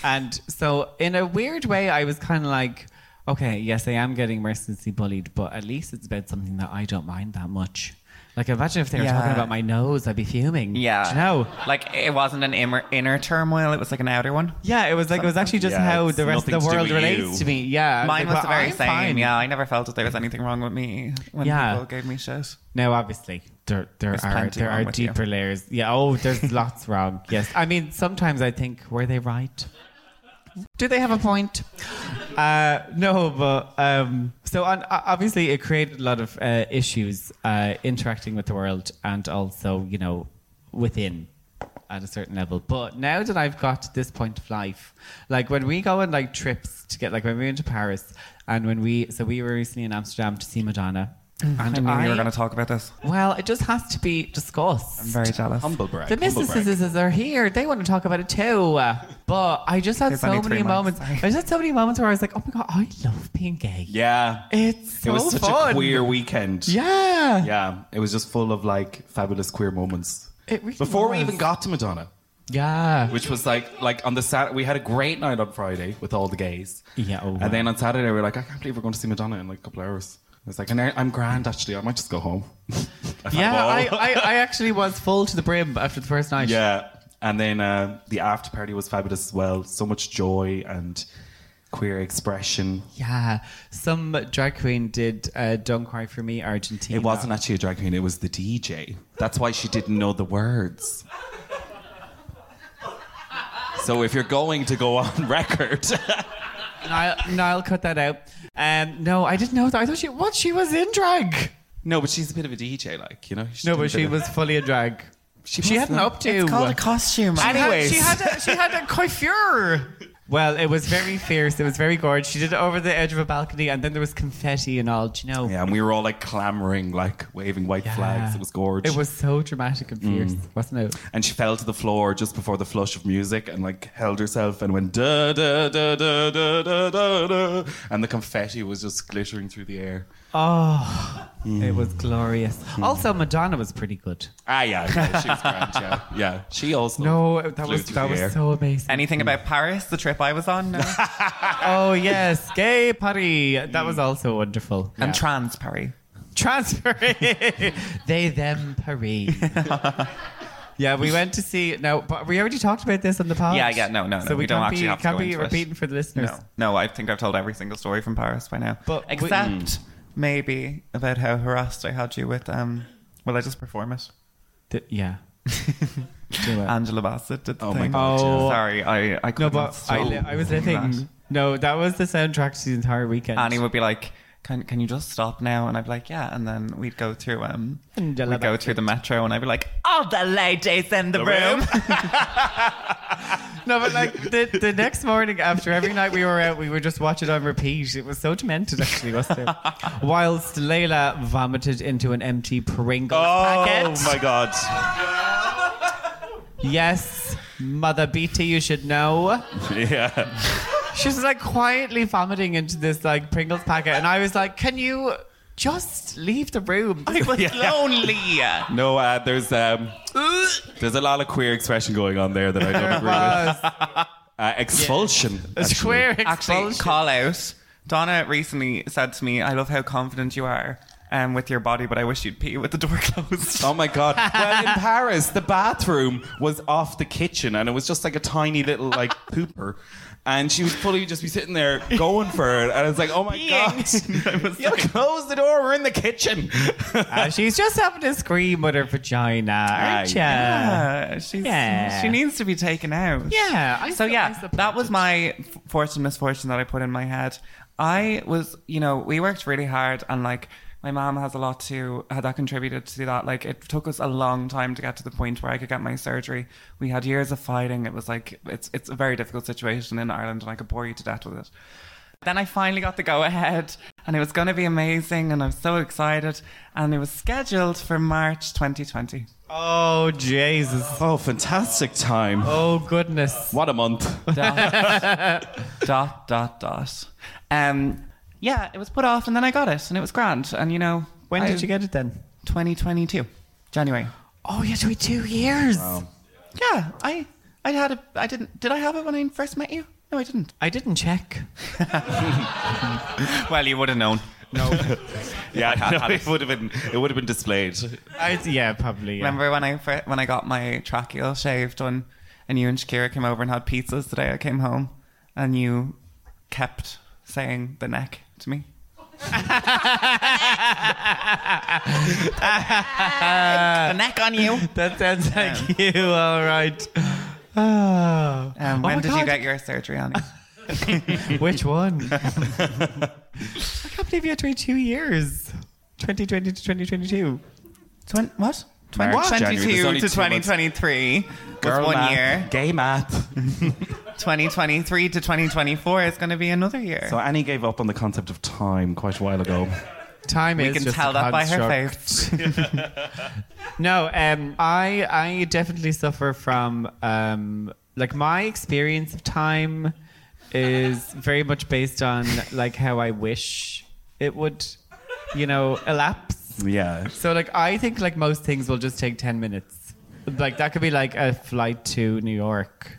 [SPEAKER 2] and so in a weird way, I was kind of like. Okay, yes, I am getting mercilessly bullied, but at least it's about something that I don't mind that much. Like, imagine if they were talking
[SPEAKER 1] Yeah.
[SPEAKER 2] about my nose, I'd be fuming.
[SPEAKER 1] Yeah.
[SPEAKER 2] Do you know?
[SPEAKER 1] Like it wasn't an inner, inner turmoil, it was like an outer one.
[SPEAKER 2] Yeah, it was like it was actually just
[SPEAKER 3] Yeah,
[SPEAKER 2] how
[SPEAKER 3] it's
[SPEAKER 2] the rest of
[SPEAKER 3] nothing
[SPEAKER 2] the
[SPEAKER 3] to do
[SPEAKER 2] world
[SPEAKER 3] with
[SPEAKER 2] relates
[SPEAKER 3] you.
[SPEAKER 2] to me. Yeah. I
[SPEAKER 1] Mine
[SPEAKER 2] like,
[SPEAKER 1] was the
[SPEAKER 2] well,
[SPEAKER 1] very
[SPEAKER 2] I'm
[SPEAKER 1] same.
[SPEAKER 2] fine.
[SPEAKER 1] Yeah, I never felt that there was anything wrong with me when
[SPEAKER 2] Yeah.
[SPEAKER 1] people gave me shit.
[SPEAKER 2] No, obviously there there
[SPEAKER 1] There's
[SPEAKER 2] are
[SPEAKER 1] plenty
[SPEAKER 2] there
[SPEAKER 1] wrong
[SPEAKER 2] are
[SPEAKER 1] with you.
[SPEAKER 2] deeper layers. Yeah. Oh, there's lots wrong. Yes. I mean, sometimes I think were they right? Do they have a point? Uh, no, but um, so on, o- obviously it created a lot of uh, issues uh, interacting with the world and also you know within at a certain level. But now that I've got to this point of life, like when we go on like trips to get like when we went to Paris and when we so we were recently in Amsterdam to see Madonna. And
[SPEAKER 1] Mm, I knew you were going to talk about this.
[SPEAKER 2] Well, it just has to be discussed.
[SPEAKER 1] I'm very jealous.
[SPEAKER 3] Humble brag.
[SPEAKER 2] The
[SPEAKER 3] humble brag.
[SPEAKER 2] missuses are here. They want to talk about it too. But I just had
[SPEAKER 1] There's
[SPEAKER 2] so
[SPEAKER 1] only
[SPEAKER 2] many
[SPEAKER 1] three months,
[SPEAKER 2] moments. I just had so many moments where I was like, oh my god, I love being gay.
[SPEAKER 3] Yeah.
[SPEAKER 2] It's so
[SPEAKER 3] it was such
[SPEAKER 2] fun.
[SPEAKER 3] a queer weekend.
[SPEAKER 2] Yeah.
[SPEAKER 3] Yeah. It was just full of like fabulous queer moments.
[SPEAKER 2] It really
[SPEAKER 3] Before we
[SPEAKER 2] was.
[SPEAKER 3] even got to Madonna,
[SPEAKER 2] Yeah.
[SPEAKER 3] which was like like on the Saturday, we had a great night on Friday with all the gays.
[SPEAKER 2] Yeah, oh, wow.
[SPEAKER 3] and then on Saturday we were like, I can't believe we're going to see Madonna in like a couple hours. I was like, and I, I'm grand actually. I might just go home. I've had a
[SPEAKER 2] Yeah,
[SPEAKER 3] ball.
[SPEAKER 2] I, I, I actually was full to the brim after the first night.
[SPEAKER 3] yeah. And then uh, the after party was fabulous as well. So much joy and queer expression.
[SPEAKER 2] Yeah. Some drag queen did uh, Don't Cry For Me Argentina.
[SPEAKER 3] It wasn't actually a drag queen, it was the DJ. That's why she didn't know the words. So if you're going to go on record,
[SPEAKER 2] Niall, Niall cut that out. Um, no, I didn't know that. I thought she, what? She was in drag.
[SPEAKER 3] no, but she's a bit of a DJ, like you know.
[SPEAKER 2] No,
[SPEAKER 3] did a
[SPEAKER 2] but she
[SPEAKER 3] bit of-
[SPEAKER 2] was fully in drag. She, had an up to.
[SPEAKER 1] It's called a costume.
[SPEAKER 2] She had-
[SPEAKER 3] Anyways.
[SPEAKER 2] she had a, she had a coiffure. Well, it was very fierce. It was very gorgeous. She did it over the edge of a balcony, and then there was confetti and all. Do you know?
[SPEAKER 3] Yeah, and we were all like clamoring, like waving white
[SPEAKER 2] Yeah.
[SPEAKER 3] flags. It was gorgeous. Mm.
[SPEAKER 2] It was so dramatic and fierce, wasn't it?
[SPEAKER 3] and she fell to the floor just before the flush of music and like held herself and went da da da da da da da da and the confetti was just glittering through the air.
[SPEAKER 2] Oh, it
[SPEAKER 3] Mm.
[SPEAKER 2] was glorious. Also, Madonna was pretty good.
[SPEAKER 3] Ah yeah, yeah she was grand, yeah. Yeah. She also
[SPEAKER 2] No, that
[SPEAKER 3] flew
[SPEAKER 2] was
[SPEAKER 3] through
[SPEAKER 2] that
[SPEAKER 3] the air.
[SPEAKER 2] was so amazing.
[SPEAKER 1] Anything about Paris, the trip I was on? No.
[SPEAKER 2] oh yes, gay party. That was also wonderful.
[SPEAKER 1] And trans Paris.
[SPEAKER 2] transfer they them Paris. yeah, we went to see. No, but we already talked about this on the pod.
[SPEAKER 1] Yeah, yeah, no, no, no,
[SPEAKER 2] So we,
[SPEAKER 1] we don't
[SPEAKER 2] can't
[SPEAKER 1] actually
[SPEAKER 2] be,
[SPEAKER 1] have to
[SPEAKER 2] can't
[SPEAKER 1] go
[SPEAKER 2] be
[SPEAKER 1] into it.
[SPEAKER 2] repeating for the listeners.
[SPEAKER 1] No, no, I think I've told every single story from Paris by now.
[SPEAKER 2] But we-
[SPEAKER 1] except maybe about how harassed I had you with. Um, will I just perform it?
[SPEAKER 2] Th- yeah.
[SPEAKER 1] Angela Bassett did the
[SPEAKER 3] Oh my
[SPEAKER 1] thing.
[SPEAKER 3] God,
[SPEAKER 2] Oh. yeah.
[SPEAKER 1] sorry, I I
[SPEAKER 2] No,
[SPEAKER 1] couldn't
[SPEAKER 2] but I,
[SPEAKER 1] stop
[SPEAKER 2] li- I was
[SPEAKER 1] doing
[SPEAKER 2] living.
[SPEAKER 1] that.
[SPEAKER 2] No, that was the soundtrack to the entire weekend.
[SPEAKER 1] Annie would be like, "Can can you just stop now?" And I'd be like, "Yeah." And then we'd go through um, we'd
[SPEAKER 2] Angela
[SPEAKER 1] go through the metro, and I'd be like, "All the ladies in the, room."
[SPEAKER 2] No, but like the, the next morning after every night we were out, we would just watch it on repeat. It was so demented, actually, wasn't it? Whilst Layla vomited into an empty Pringles
[SPEAKER 3] Oh
[SPEAKER 2] packet.
[SPEAKER 3] my god.
[SPEAKER 2] Yes, Mother Beatty, you should know.
[SPEAKER 3] Yeah.
[SPEAKER 2] She was like quietly vomiting into this like Pringles packet, and I was like, "Can you just leave the room?" I was
[SPEAKER 1] Lonely.
[SPEAKER 3] No, uh, there's um, there's a lot of queer expression going on there that I don't agree with. Uh, expulsion.
[SPEAKER 2] It's
[SPEAKER 3] actually.
[SPEAKER 2] queer
[SPEAKER 1] Actually,
[SPEAKER 2] expulsion.
[SPEAKER 1] call out. Donna recently said to me, "I love how confident you are." Um, with your body, but I wish you'd pee with the door closed.
[SPEAKER 3] Oh my god! Well, in Paris, the bathroom was off the kitchen, and it was just like a tiny little like pooper, and she would fully just be sitting there going for it, and it's like, oh my god! You close the door. We're in the kitchen.
[SPEAKER 2] Uh, she's just having a scream with her vagina, aren't ya?
[SPEAKER 3] Aye.
[SPEAKER 2] Yeah,
[SPEAKER 1] Yeah, she's,
[SPEAKER 2] Yeah.
[SPEAKER 1] She needs to be taken out.
[SPEAKER 2] I
[SPEAKER 1] So
[SPEAKER 2] su- I
[SPEAKER 1] yeah,
[SPEAKER 2] support
[SPEAKER 1] that was
[SPEAKER 2] it.
[SPEAKER 1] my f- fortune misfortune that I put in my head. I was, you know, we worked really hard and like my mom has a lot to had that contributed to that. Like it took us a long time to get to the point where I could get my surgery. We had years of fighting. It was like it's it's a very difficult situation in Ireland and I could bore you to death with it. Then I finally got the go ahead and it was going to be amazing and I was so excited and it was scheduled for March 2020.
[SPEAKER 2] Oh Jesus!
[SPEAKER 3] Oh, fantastic time!
[SPEAKER 2] Oh goodness!
[SPEAKER 3] What a month!
[SPEAKER 1] dot, dot, dot, dot. Um, yeah, it was put off, and then I got it, and it was grand. And you know,
[SPEAKER 2] When did you get it then?
[SPEAKER 1] 2022, January.
[SPEAKER 2] Oh, you had to wait two years.
[SPEAKER 1] Yeah, I, I had a, I didn't, did I have it when I first met you? No, I didn't.
[SPEAKER 2] I didn't check.
[SPEAKER 1] Well, you would have known.
[SPEAKER 3] Yeah, no, it would have been it would have been displayed.
[SPEAKER 2] I, yeah, probably. Yeah.
[SPEAKER 1] Remember when I fir- when I got my tracheal shaved, and and you and Shakira came over and had pizzas the day I came home, and you kept saying the neck to me. the neck on you.
[SPEAKER 2] That sounds like you. All right. Oh.
[SPEAKER 1] Um,
[SPEAKER 2] Oh
[SPEAKER 1] when
[SPEAKER 2] my
[SPEAKER 1] did you
[SPEAKER 2] God.
[SPEAKER 1] get your surgery, Annie?
[SPEAKER 2] Which one? I can't believe you had to wait two years. 2020 to 2022.
[SPEAKER 1] Twen- what?
[SPEAKER 3] March, January.
[SPEAKER 1] 2022
[SPEAKER 3] There's only
[SPEAKER 1] to
[SPEAKER 3] two months.
[SPEAKER 1] 2023 was
[SPEAKER 3] Girl
[SPEAKER 1] one
[SPEAKER 3] math.
[SPEAKER 1] year.
[SPEAKER 3] Gay math.
[SPEAKER 1] 2023 to 2024 is going to be another year.
[SPEAKER 3] So Annie gave up on the concept of time quite a while ago.
[SPEAKER 2] Time
[SPEAKER 1] we
[SPEAKER 2] is
[SPEAKER 1] can
[SPEAKER 2] just
[SPEAKER 1] tell
[SPEAKER 2] a
[SPEAKER 1] that by her
[SPEAKER 2] construct.
[SPEAKER 1] face.
[SPEAKER 2] No, um, I I definitely suffer from um, like my experience of time is very much based on like how I wish it would, you know, elapse.
[SPEAKER 3] Yeah.
[SPEAKER 2] So like I think like most things will just take ten minutes. Like that could be like a flight to New York.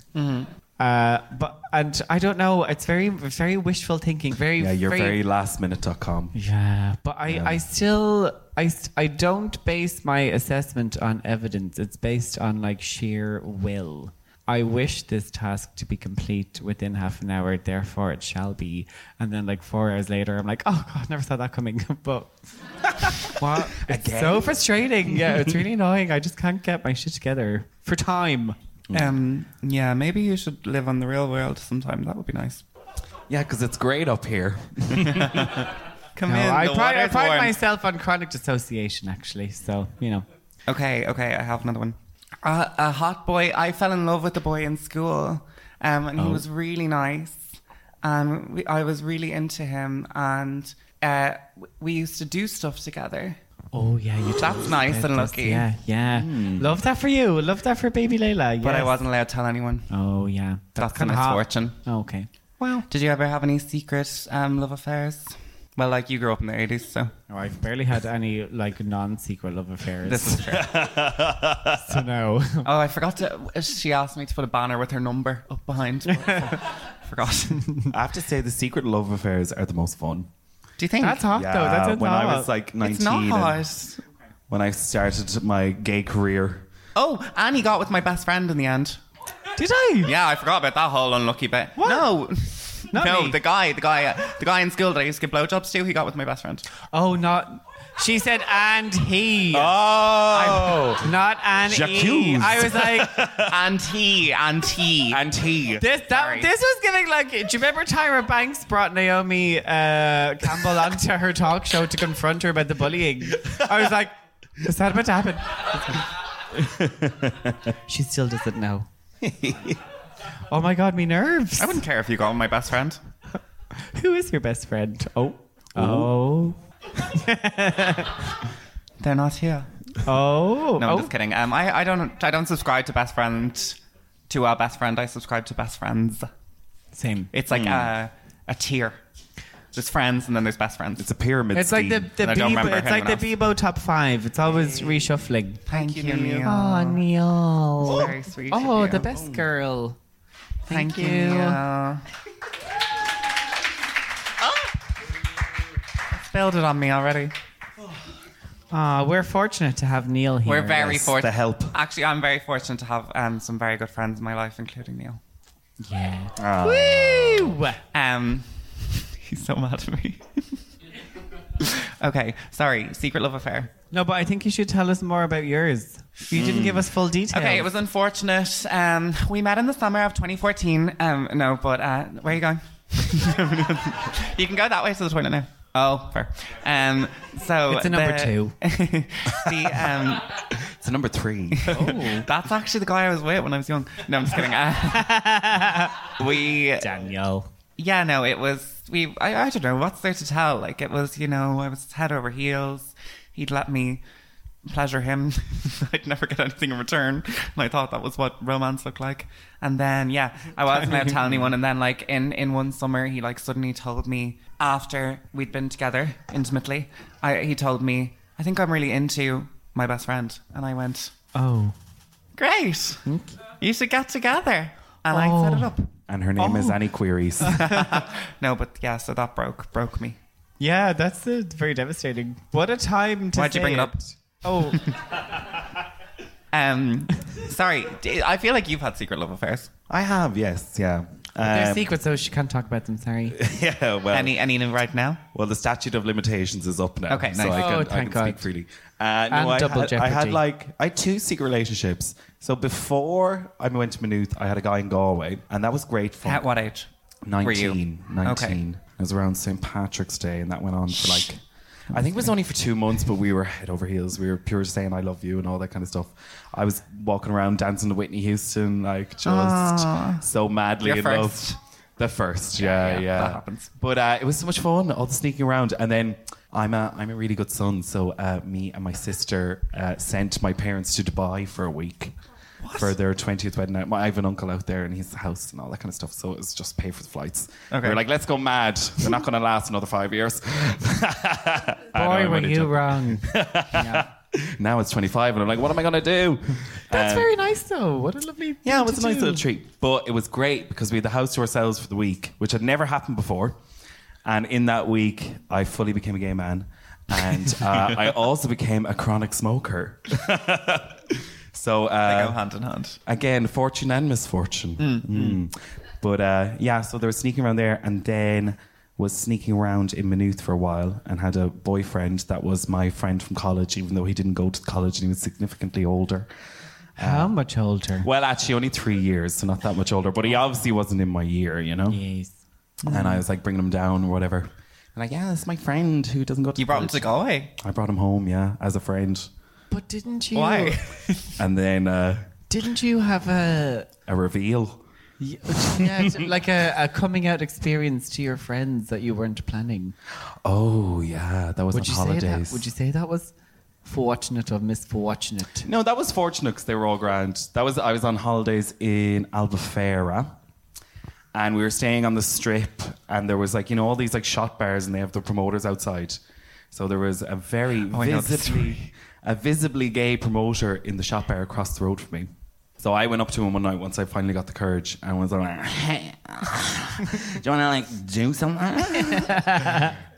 [SPEAKER 2] Uh, but and I don't know. It's very very wishful thinking. Very
[SPEAKER 3] Yeah, you're very lastminute.com.
[SPEAKER 2] yeah, but I,
[SPEAKER 3] Yeah.
[SPEAKER 2] I still I, s- I don't base my assessment on evidence. It's based on like sheer will. I wish this task to be complete within half an hour, therefore it shall be. And then like four hours later, I'm like, oh god, never saw that coming. but what? It's so frustrating. Yeah, it's really annoying. I just can't get my shit together for time.
[SPEAKER 1] Um, yeah, maybe you should live on the real world sometime. That would be nice.
[SPEAKER 3] Yeah, because it's great up here.
[SPEAKER 1] Come
[SPEAKER 2] No,
[SPEAKER 1] in.
[SPEAKER 2] I,
[SPEAKER 1] the
[SPEAKER 2] pride, I
[SPEAKER 1] water's
[SPEAKER 2] pride
[SPEAKER 1] warm.
[SPEAKER 2] myself on chronic dissociation, actually. So you know.
[SPEAKER 1] Okay, okay, I have another one. Uh, a hot boy. I fell in love with a boy in school, um, and he was really nice. Um, we, I was really into him, and uh, w- we used to do stuff together.
[SPEAKER 2] Oh yeah, you.
[SPEAKER 1] That's
[SPEAKER 2] told us
[SPEAKER 1] nice
[SPEAKER 2] about
[SPEAKER 1] and
[SPEAKER 2] this.
[SPEAKER 1] lucky. Hmm.
[SPEAKER 2] Yeah, yeah. Love that for you. Love that for baby Layla.
[SPEAKER 1] But I
[SPEAKER 2] yes.
[SPEAKER 1] wasn't allowed to tell anyone.
[SPEAKER 2] Oh yeah,
[SPEAKER 1] That's, a
[SPEAKER 2] kinda hot.
[SPEAKER 1] misfortune.
[SPEAKER 2] Oh, okay.
[SPEAKER 1] Wow. Did you ever have any secret um, love affairs? Well, like you grew up in the 80s, so.
[SPEAKER 2] Oh, I've barely had any like non-secret love affairs.
[SPEAKER 1] This is true.
[SPEAKER 2] so no.
[SPEAKER 1] Oh, I forgot to. She asked me to put a banner with her number up behind. but I forgot. Do
[SPEAKER 3] I have to say, the secret love affairs are the most fun. Uh,
[SPEAKER 1] you think?
[SPEAKER 2] That's hot though. That's
[SPEAKER 3] when
[SPEAKER 2] hot.
[SPEAKER 3] I was like 19.
[SPEAKER 1] It's not
[SPEAKER 3] and
[SPEAKER 1] hot.
[SPEAKER 3] When I started my gay career.
[SPEAKER 1] Oh, and he got with my best friend in the end.
[SPEAKER 2] Did I?
[SPEAKER 1] Yeah, I forgot about that whole unlucky bit.
[SPEAKER 2] What?
[SPEAKER 1] No.
[SPEAKER 2] Not
[SPEAKER 1] no,
[SPEAKER 2] me.
[SPEAKER 1] the guy, the guy, uh, the guy in school that I used to give blowjobs to, he got with my best friend.
[SPEAKER 2] Oh, not. She said, and he.
[SPEAKER 3] Oh!
[SPEAKER 2] Not an e.
[SPEAKER 3] J'accuse.
[SPEAKER 2] I was like,
[SPEAKER 1] And he, and he,
[SPEAKER 3] and he.
[SPEAKER 2] this
[SPEAKER 1] Sorry.
[SPEAKER 2] that, this was giving like. Do you remember Tyra Banks brought Naomi uh, Campbell onto her talk show to confront her about the bullying? I was like, is that about to happen? she still doesn't know. oh my god, me nerves.
[SPEAKER 1] I wouldn't care if you got with my best friend.
[SPEAKER 2] Who is your best friend? Oh. Oh,
[SPEAKER 1] They're not here.
[SPEAKER 2] oh,
[SPEAKER 1] No, I'm
[SPEAKER 2] oh.
[SPEAKER 1] just kidding. Um, I, I don't, I don't subscribe to best friend, to our best friend. I subscribe to best friends.
[SPEAKER 2] Same.
[SPEAKER 1] It's like uh a, tier. There's friends and then there's best friends.
[SPEAKER 3] It's a pyramid
[SPEAKER 2] It's like the,
[SPEAKER 3] scheme.
[SPEAKER 2] the
[SPEAKER 1] And I don't remember
[SPEAKER 2] Bebo, it's like the
[SPEAKER 1] anyone
[SPEAKER 2] Bebo top five. It's always reshuffling.
[SPEAKER 1] Thank, you, Neil.
[SPEAKER 2] Oh, Neil.
[SPEAKER 1] It's very sweet. of
[SPEAKER 2] Oh,
[SPEAKER 1] you.
[SPEAKER 2] the best girl.
[SPEAKER 1] Thank,
[SPEAKER 2] Thank
[SPEAKER 1] you.
[SPEAKER 2] you.
[SPEAKER 1] Neil. Spilled Oh. it on me already.
[SPEAKER 2] Ah, we're fortunate to have Neil here.
[SPEAKER 1] We're very
[SPEAKER 3] yes,
[SPEAKER 1] fortunate.
[SPEAKER 3] the help.
[SPEAKER 1] Actually, I'm very fortunate to have um, some very good friends in my life, including Neil.
[SPEAKER 2] Yeah.
[SPEAKER 3] Ah.
[SPEAKER 2] Woo!
[SPEAKER 1] Um, he's so mad at me. okay, sorry. Secret love affair.
[SPEAKER 2] No, but I think you should tell us more about yours. You didn't give us full details.
[SPEAKER 1] Hmm. Okay, it was unfortunate. Um, we met in the summer of 2014. Um, no, but uh, where are you going? you can go that way to the toilet now. Oh, fair. Um, so
[SPEAKER 2] It's a number
[SPEAKER 1] the-
[SPEAKER 2] two.
[SPEAKER 1] the, um,
[SPEAKER 3] It's number three.
[SPEAKER 1] that's actually the guy I was with when I was young. No, I'm just kidding. Uh, we
[SPEAKER 2] Daniel.
[SPEAKER 1] yeah, no, it was we. I, I don't know what's there to tell. Like it was, you know, I was head over heels. He'd let me pleasure him. I'd never get anything in return, and I thought that was what romance looked like. And then, yeah, I wasn't allowed to tell anyone. And then, like in in one summer, he like suddenly told me after we'd been together intimately. I he told me, I think I'm really into my best friend, and I went,
[SPEAKER 2] Oh.
[SPEAKER 1] great. You should get together, and I set
[SPEAKER 2] Oh.
[SPEAKER 1] it up.
[SPEAKER 3] and her name is Annie Queries.
[SPEAKER 1] No, but yeah, so that broke broke me.
[SPEAKER 2] Yeah, that's uh very devastating. What a time to
[SPEAKER 1] Why'd you
[SPEAKER 2] say
[SPEAKER 1] bring it up?
[SPEAKER 2] Oh,
[SPEAKER 1] Um, sorry, d- I feel like you've had secret love affairs.
[SPEAKER 3] I have, yes, yeah.
[SPEAKER 2] they're
[SPEAKER 3] Um,
[SPEAKER 2] secret, so she can't talk about them. Sorry.
[SPEAKER 3] yeah, well,
[SPEAKER 1] Any, any right now?
[SPEAKER 3] well, the statute of limitations is up now.
[SPEAKER 1] Okay,
[SPEAKER 3] so
[SPEAKER 1] nice.
[SPEAKER 3] I can,
[SPEAKER 2] Oh,
[SPEAKER 3] I
[SPEAKER 2] thank
[SPEAKER 3] can speak
[SPEAKER 2] God.
[SPEAKER 3] freely. Uh, no,
[SPEAKER 2] And
[SPEAKER 3] I
[SPEAKER 2] double
[SPEAKER 3] had, I had
[SPEAKER 2] jeopardy.
[SPEAKER 3] like I had two secret relationships. So before I went to Maynooth, I had a guy in Galway, and that was great fun.
[SPEAKER 1] At what age? Were you?
[SPEAKER 3] 19. 19.
[SPEAKER 1] Okay.
[SPEAKER 3] It was around St. Patrick's Day, and that went on for like I think it was only for two months, but we were head over heels. We were pure saying "I love you" and all that kind of stuff. I was walking around dancing to Whitney Houston, like just so madly
[SPEAKER 1] Your
[SPEAKER 3] in
[SPEAKER 1] first.
[SPEAKER 3] love. The first, yeah, yeah,
[SPEAKER 1] yeah, that happens.
[SPEAKER 3] But uh, it was so much fun, all the sneaking around, and then. I'm a, I'm a really good son, so uh, me and my sister uh, sent my parents to Dubai for a week for their 20th wedding night. My, I have an uncle out there in his house and all that kind of stuff, so it was just pay for the flights.
[SPEAKER 1] Okay.
[SPEAKER 3] We were like, let's go mad. They're not going to last another five years.
[SPEAKER 4] Boy, were
[SPEAKER 3] everybody
[SPEAKER 4] you
[SPEAKER 3] took-
[SPEAKER 4] wrong.
[SPEAKER 3] Now it's 25, and I'm like, what am I going to do?
[SPEAKER 4] That's
[SPEAKER 3] Um,
[SPEAKER 4] very nice, though. What a lovely.
[SPEAKER 3] Yeah, it
[SPEAKER 4] thing
[SPEAKER 3] was
[SPEAKER 4] to
[SPEAKER 3] a nice
[SPEAKER 4] do.
[SPEAKER 3] little treat. But it was great because we had the house to ourselves for the week, which had never happened before. And in that week, I fully became a gay man. And uh, I also became a chronic smoker. so,
[SPEAKER 1] They
[SPEAKER 3] uh,
[SPEAKER 1] go hand in hand.
[SPEAKER 3] again, fortune and misfortune. Mm. But uh, yeah, so they were sneaking around there and then was sneaking around in Maynooth for a while and had a boyfriend that was my friend from college, even though he didn't go to college and he was significantly older.
[SPEAKER 4] How much older?
[SPEAKER 3] Well, actually, only three years, so not that much older, but he obviously wasn't in my year, you know?
[SPEAKER 4] Yes.
[SPEAKER 3] And I was like bringing him down or whatever. And like, yeah, this is my friend who doesn't go to
[SPEAKER 1] You brought him to
[SPEAKER 3] college.
[SPEAKER 1] Galway.
[SPEAKER 3] I brought him home, yeah, as a friend.
[SPEAKER 4] But didn't you?
[SPEAKER 1] Why?
[SPEAKER 3] And then uh,
[SPEAKER 4] Didn't you have a
[SPEAKER 3] a reveal.
[SPEAKER 4] yeah, it's like a, a coming out experience to your friends that you weren't planning?
[SPEAKER 3] Oh, yeah, that was
[SPEAKER 4] Would
[SPEAKER 3] on
[SPEAKER 4] you
[SPEAKER 3] holidays.
[SPEAKER 4] say that? Would you say that was fortunate or misfortunate?
[SPEAKER 3] No, that was fortunate because they were all grand. That was I was on holidays in Albufeira, and we were staying on the strip, and there was like you know all these like shot bars, and they have the promoters outside. So there was a very
[SPEAKER 1] Oh, I know this
[SPEAKER 3] visibly a visibly gay promoter in the shot bar across the road from me. So I went up to him one night once I finally got the courage and was like, "Hey, do you want to like do something?"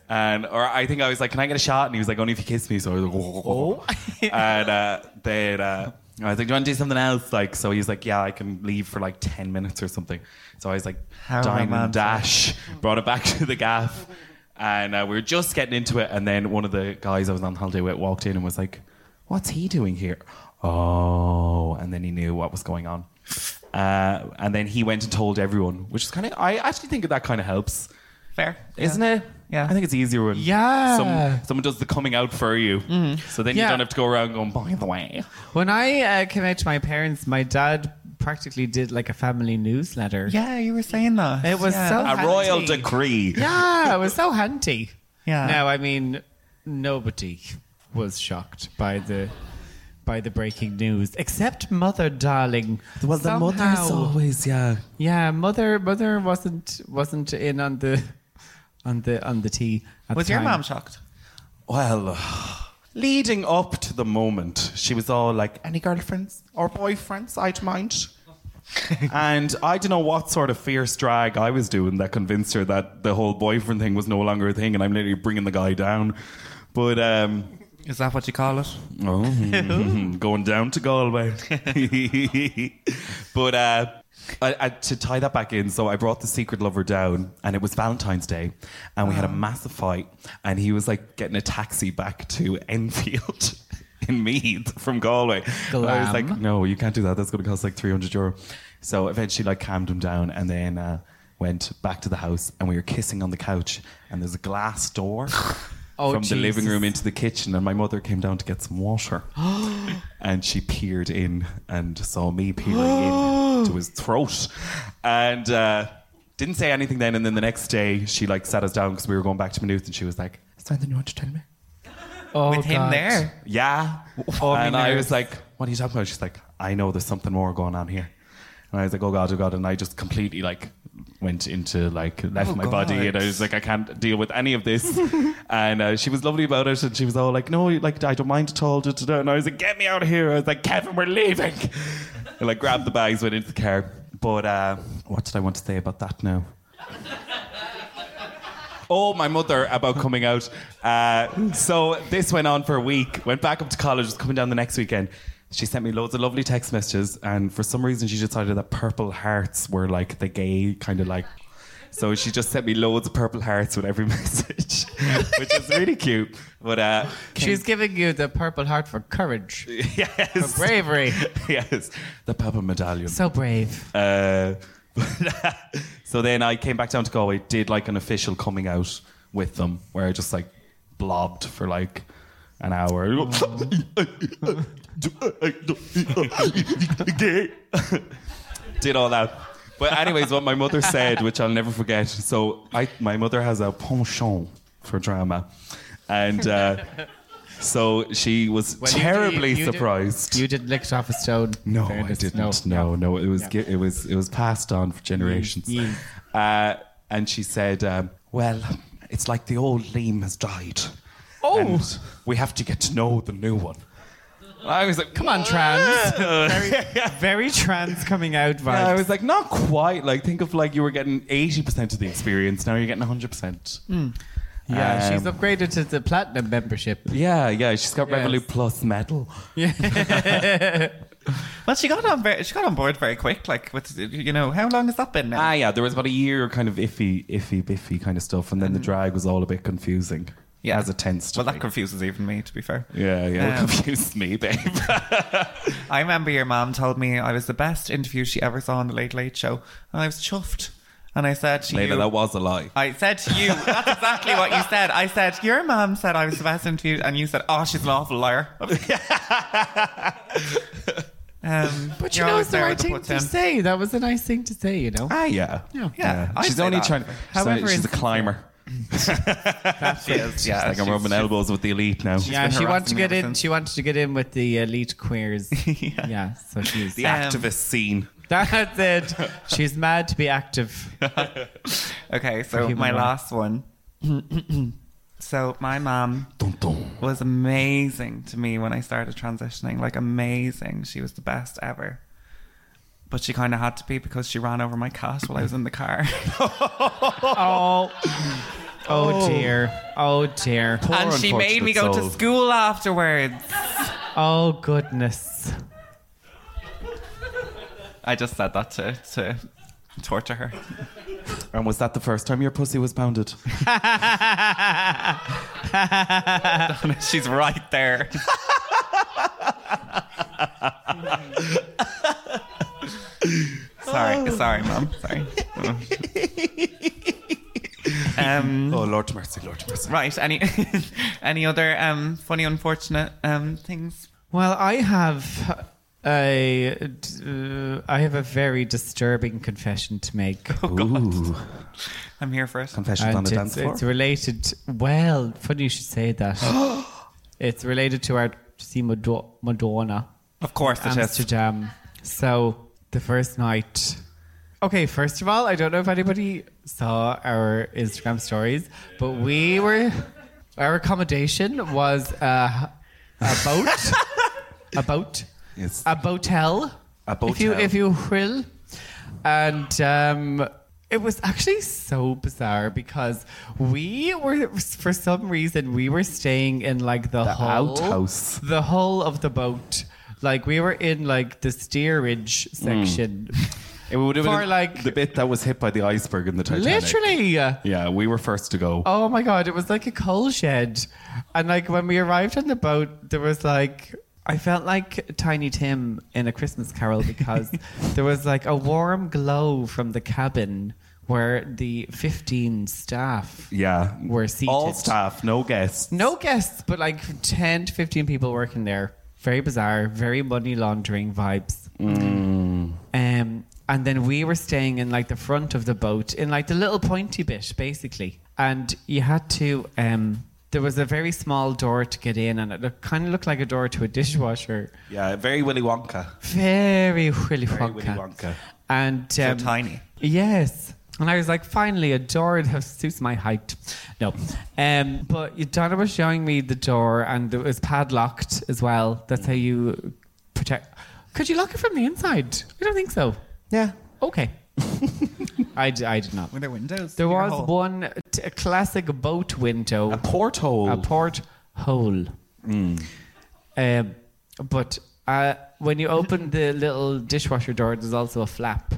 [SPEAKER 3] And or I think I was like, "Can I get a shot?" And he was like, "Only if you kiss me." So I was like, "Oh." and uh, then uh, I was like, "Do you want to do something else?" Like, so he's like, "Yeah, I can leave for like ten minutes or something." So I was like,
[SPEAKER 1] How
[SPEAKER 3] "Dine and
[SPEAKER 1] romantic.
[SPEAKER 3] dash," brought it back to the gaff, and uh, we were just getting into it. And then one of the guys I was on holiday with walked in and was like, "What's he doing here?" Oh, and then he knew what was going on. Uh, and then he went and told everyone, which is kind of, I actually think that kind of helps
[SPEAKER 1] Fair.
[SPEAKER 3] isn't it?
[SPEAKER 1] Yeah.
[SPEAKER 3] I think it's easier when
[SPEAKER 4] Yeah. Mm-hmm.
[SPEAKER 3] some, someone does the coming out for you. So then you
[SPEAKER 4] Yeah.
[SPEAKER 3] don't have to go around going, by the way.
[SPEAKER 4] When I uh, came out to my parents, my dad practically did like a family newsletter.
[SPEAKER 1] Yeah, you were saying that.
[SPEAKER 4] It was
[SPEAKER 1] Yeah. Uh,
[SPEAKER 4] so
[SPEAKER 3] A
[SPEAKER 4] handy.
[SPEAKER 3] royal decree.
[SPEAKER 4] Yeah, it was so handy.
[SPEAKER 1] Yeah.
[SPEAKER 4] Now, I mean, nobody was shocked by the by the breaking news, except mother, darling. Somehow-
[SPEAKER 3] always, yeah.
[SPEAKER 4] Yeah, mother, mother wasn't wasn't in on the on the on the tea. at
[SPEAKER 1] Was
[SPEAKER 4] the
[SPEAKER 1] your
[SPEAKER 4] time.
[SPEAKER 1] mom shocked?
[SPEAKER 3] Well, leading up to the moment, she was all like, any girlfriends or boyfriends I'd mind. and I don't know what sort of fierce drag I was doing that convinced her that the whole boyfriend thing was no longer a thing and I'm literally bringing the guy down. But, um,
[SPEAKER 1] Is that what you call it?
[SPEAKER 3] Oh, going down to Galway. but uh, I, I, to tie that back in, so I brought the secret lover down, and it was Valentine's Day, and we had a massive fight, and he was like getting a taxi back to Enfield. In Meath from Galway. And I was
[SPEAKER 4] Glam.
[SPEAKER 3] like, no, you can't do that. That's going to cost like 300 euro. So eventually, like, calmed him down and then uh, went back to the house and we were kissing on the couch. And there's a glass door
[SPEAKER 4] Oh,
[SPEAKER 3] from the living
[SPEAKER 4] Jesus.
[SPEAKER 3] room into the kitchen, and my mother came down to get some water, and she peered in and saw me peering in to his throat, and uh, didn't say anything then. And then the next day, she like sat us down because we were going back to Maynooth, and she was like, "Is there anything you want to tell me?"
[SPEAKER 4] Oh,
[SPEAKER 1] With him
[SPEAKER 4] God.
[SPEAKER 1] there?
[SPEAKER 3] Yeah,
[SPEAKER 4] Oh, me
[SPEAKER 3] and I
[SPEAKER 4] nerves.
[SPEAKER 3] was like, "What are you talking about?" She's like, "I know there's something more going on here," and I was like, "Oh God, oh God!" And I just completely like went into like left
[SPEAKER 1] Oh,
[SPEAKER 3] my body,
[SPEAKER 1] God.
[SPEAKER 3] and I was like, "I can't deal with any of this." and uh, she was lovely about it, and she was all like, "No, like I don't mind at all." da, da, da." And I was like, "Get me out of here!" I was like, "Kevin, we're leaving!" and like grabbed the bags, went into the car. But uh, what did I want to say about that now? Oh, my mother about coming out. Uh, so this went on for a week. Went back up to college. Was coming down the next weekend. She sent me loads of lovely text messages, and for some reason she decided that purple hearts were like the gay kind of like. So she just sent me loads of purple hearts with every message, which is really cute. But uh,
[SPEAKER 4] She was giving you the purple heart for courage,
[SPEAKER 3] yes,
[SPEAKER 4] bravery.
[SPEAKER 3] yes, the purple medallion.
[SPEAKER 4] so brave.
[SPEAKER 3] Uh, so then I came back down to Galway, did like an official coming out with them, where I just like blobbed for like an hour. Did all that. But anyways, what my mother said, which I'll never forget. So I, my mother has a penchant for drama, and uh, so she was
[SPEAKER 2] Well, you-
[SPEAKER 3] terribly
[SPEAKER 2] you- you did-
[SPEAKER 3] surprised.
[SPEAKER 2] You did licked off a stone.
[SPEAKER 3] No, I
[SPEAKER 2] Fairness,
[SPEAKER 3] didn't. No, no, it was gi- it was it was passed on for generations.
[SPEAKER 2] Mm,
[SPEAKER 3] Uh, and she said, um, "Well, it's like the old Liam has died.
[SPEAKER 2] Oh.
[SPEAKER 3] and we have to get to know the new one." I was like,
[SPEAKER 2] Come on, trans. very, very trans coming out vibes.
[SPEAKER 3] I was like, not quite. Like, think of like you were getting eighty percent of the experience. Now you're getting hundred percent.
[SPEAKER 2] Mm. yeah, she's
[SPEAKER 3] Um,
[SPEAKER 2] upgraded to the platinum membership.
[SPEAKER 3] Yeah, yeah. She's got
[SPEAKER 2] Yes.
[SPEAKER 3] Revolut Plus medal.
[SPEAKER 1] Well, she got on very, she got on board very quick. Like with you know, how long has that been now?
[SPEAKER 3] Ah, yeah. There was about a year kind of iffy, iffy, biffy kind of stuff, and then
[SPEAKER 2] Mm.
[SPEAKER 3] the drag was all a bit confusing.
[SPEAKER 1] Yeah.
[SPEAKER 3] as it tends to.
[SPEAKER 1] well, that
[SPEAKER 3] be.
[SPEAKER 1] confuses even me. To be fair,
[SPEAKER 3] Yeah, yeah.
[SPEAKER 1] Um,
[SPEAKER 3] it confused me, babe.
[SPEAKER 1] I remember your mom told me I was the best interview she ever saw on the Late Late Show, and I was chuffed. And I said to you,
[SPEAKER 3] Layla, that was a lie.
[SPEAKER 1] I said to you, that's exactly what you said. I said, Your mom said I was the best interviewed, and you said, Oh, she's an awful liar. um,
[SPEAKER 2] But you
[SPEAKER 1] you're
[SPEAKER 2] know,
[SPEAKER 1] always
[SPEAKER 2] it's the
[SPEAKER 1] there
[SPEAKER 2] right
[SPEAKER 1] with the
[SPEAKER 2] thing
[SPEAKER 1] puts
[SPEAKER 2] to
[SPEAKER 1] in.
[SPEAKER 2] say. That was a nice thing to say, you know.
[SPEAKER 3] Ah, yeah.
[SPEAKER 2] Yeah.
[SPEAKER 1] I'd
[SPEAKER 3] She's
[SPEAKER 1] say
[SPEAKER 3] only
[SPEAKER 1] that.
[SPEAKER 3] trying.
[SPEAKER 2] However,
[SPEAKER 3] However, she's a
[SPEAKER 2] insincere.
[SPEAKER 3] climber.
[SPEAKER 1] She is,
[SPEAKER 3] Yeah,
[SPEAKER 1] yeah.
[SPEAKER 3] like I'm rubbing elbows with the elite now.
[SPEAKER 2] yeah,
[SPEAKER 1] been
[SPEAKER 2] she wanted
[SPEAKER 1] harassing
[SPEAKER 2] to
[SPEAKER 1] me
[SPEAKER 2] get
[SPEAKER 1] ever
[SPEAKER 2] in.
[SPEAKER 1] since.
[SPEAKER 2] She wanted to get in with the elite queers. yeah. so she's
[SPEAKER 3] The
[SPEAKER 1] Um,
[SPEAKER 3] activist scene.
[SPEAKER 2] that's it. She's mad to be active.
[SPEAKER 1] Okay, so
[SPEAKER 2] human
[SPEAKER 1] my
[SPEAKER 2] life.
[SPEAKER 1] last one. so my mom
[SPEAKER 3] Dun, dun.
[SPEAKER 1] was amazing to me when I started transitioning. Like amazing. She was the best ever. But she kind of had to be because she ran over my cat while I was in the car.
[SPEAKER 2] Oh, oh, dear, oh dear,
[SPEAKER 1] and she made me go to
[SPEAKER 3] unfortunate soul.
[SPEAKER 1] school afterwards.
[SPEAKER 2] oh goodness.
[SPEAKER 1] I just said that to, to torture her.
[SPEAKER 3] And was that the first time your pussy was pounded?
[SPEAKER 1] She's right there. sorry, sorry, mom. Sorry. um,
[SPEAKER 3] oh, Lord mercy, Lord mercy.
[SPEAKER 1] right. Any any other um, funny, unfortunate um, things?
[SPEAKER 2] Well, I have a, uh, I have a very disturbing confession to make.
[SPEAKER 3] Ooh,
[SPEAKER 1] I'm here for it.
[SPEAKER 3] confessions Oh, on the
[SPEAKER 2] it's,
[SPEAKER 3] dance floor.
[SPEAKER 2] it's related. Well, funny you should say that. it's related to our to see Mado- Madonna.
[SPEAKER 1] Of course, it is.
[SPEAKER 2] Amsterdam. So the first night. Okay, first of all, I don't know if anybody saw our Instagram stories, but we were our accommodation was a, a boat, a boat,
[SPEAKER 3] Yes.
[SPEAKER 2] a boatel.
[SPEAKER 3] A
[SPEAKER 2] If you
[SPEAKER 3] boatel.
[SPEAKER 2] if you will, and um, it was actually so bizarre because we were for some reason we were staying in like the,
[SPEAKER 3] The
[SPEAKER 2] hull,
[SPEAKER 3] outhouse.
[SPEAKER 2] the hull of the boat. Like we were in like the steerage section.
[SPEAKER 3] It would have
[SPEAKER 2] For
[SPEAKER 3] been
[SPEAKER 2] like-
[SPEAKER 3] the bit that was hit by the iceberg in the Titanic.
[SPEAKER 2] Literally.
[SPEAKER 3] Yeah, we were first to go.
[SPEAKER 2] Oh my god, it was like a coal shed. And like when we arrived on the boat, there was like I felt like Tiny Tim in a Christmas Carol because there was like a warm glow from the cabin where the 15 staff
[SPEAKER 3] Yeah,
[SPEAKER 2] were seated.
[SPEAKER 3] all staff, no guests.
[SPEAKER 2] No guests, but like 10 to 15 people working there. Very bizarre, very money laundering vibes.
[SPEAKER 3] Mm.
[SPEAKER 2] Um, and then we were staying in like the front of the boat, in like the little pointy bit, basically. And you had to, um, there was a very small door to get in, and it looked, kind of looked like a door to a dishwasher.
[SPEAKER 3] Yeah, very Willy Wonka.
[SPEAKER 2] Very Willy
[SPEAKER 3] Very
[SPEAKER 2] Wonka.
[SPEAKER 3] Willy Wonka.
[SPEAKER 2] And um,
[SPEAKER 1] So tiny.
[SPEAKER 2] Yes. And I was like, finally, a door that suits my height. No. Um, but Donna was showing me the door and it was padlocked as well. That's how you protect. Could you lock it from the inside? I don't think so.
[SPEAKER 3] Yeah.
[SPEAKER 2] Okay. I, d- I did not.
[SPEAKER 1] Were there windows?
[SPEAKER 2] There
[SPEAKER 1] in your
[SPEAKER 2] was
[SPEAKER 1] hall?
[SPEAKER 2] one t- a classic boat window,
[SPEAKER 3] A porthole.
[SPEAKER 2] a port hole.
[SPEAKER 3] Mm.
[SPEAKER 2] Um, but uh, when you open the little dishwasher door, there's also a flap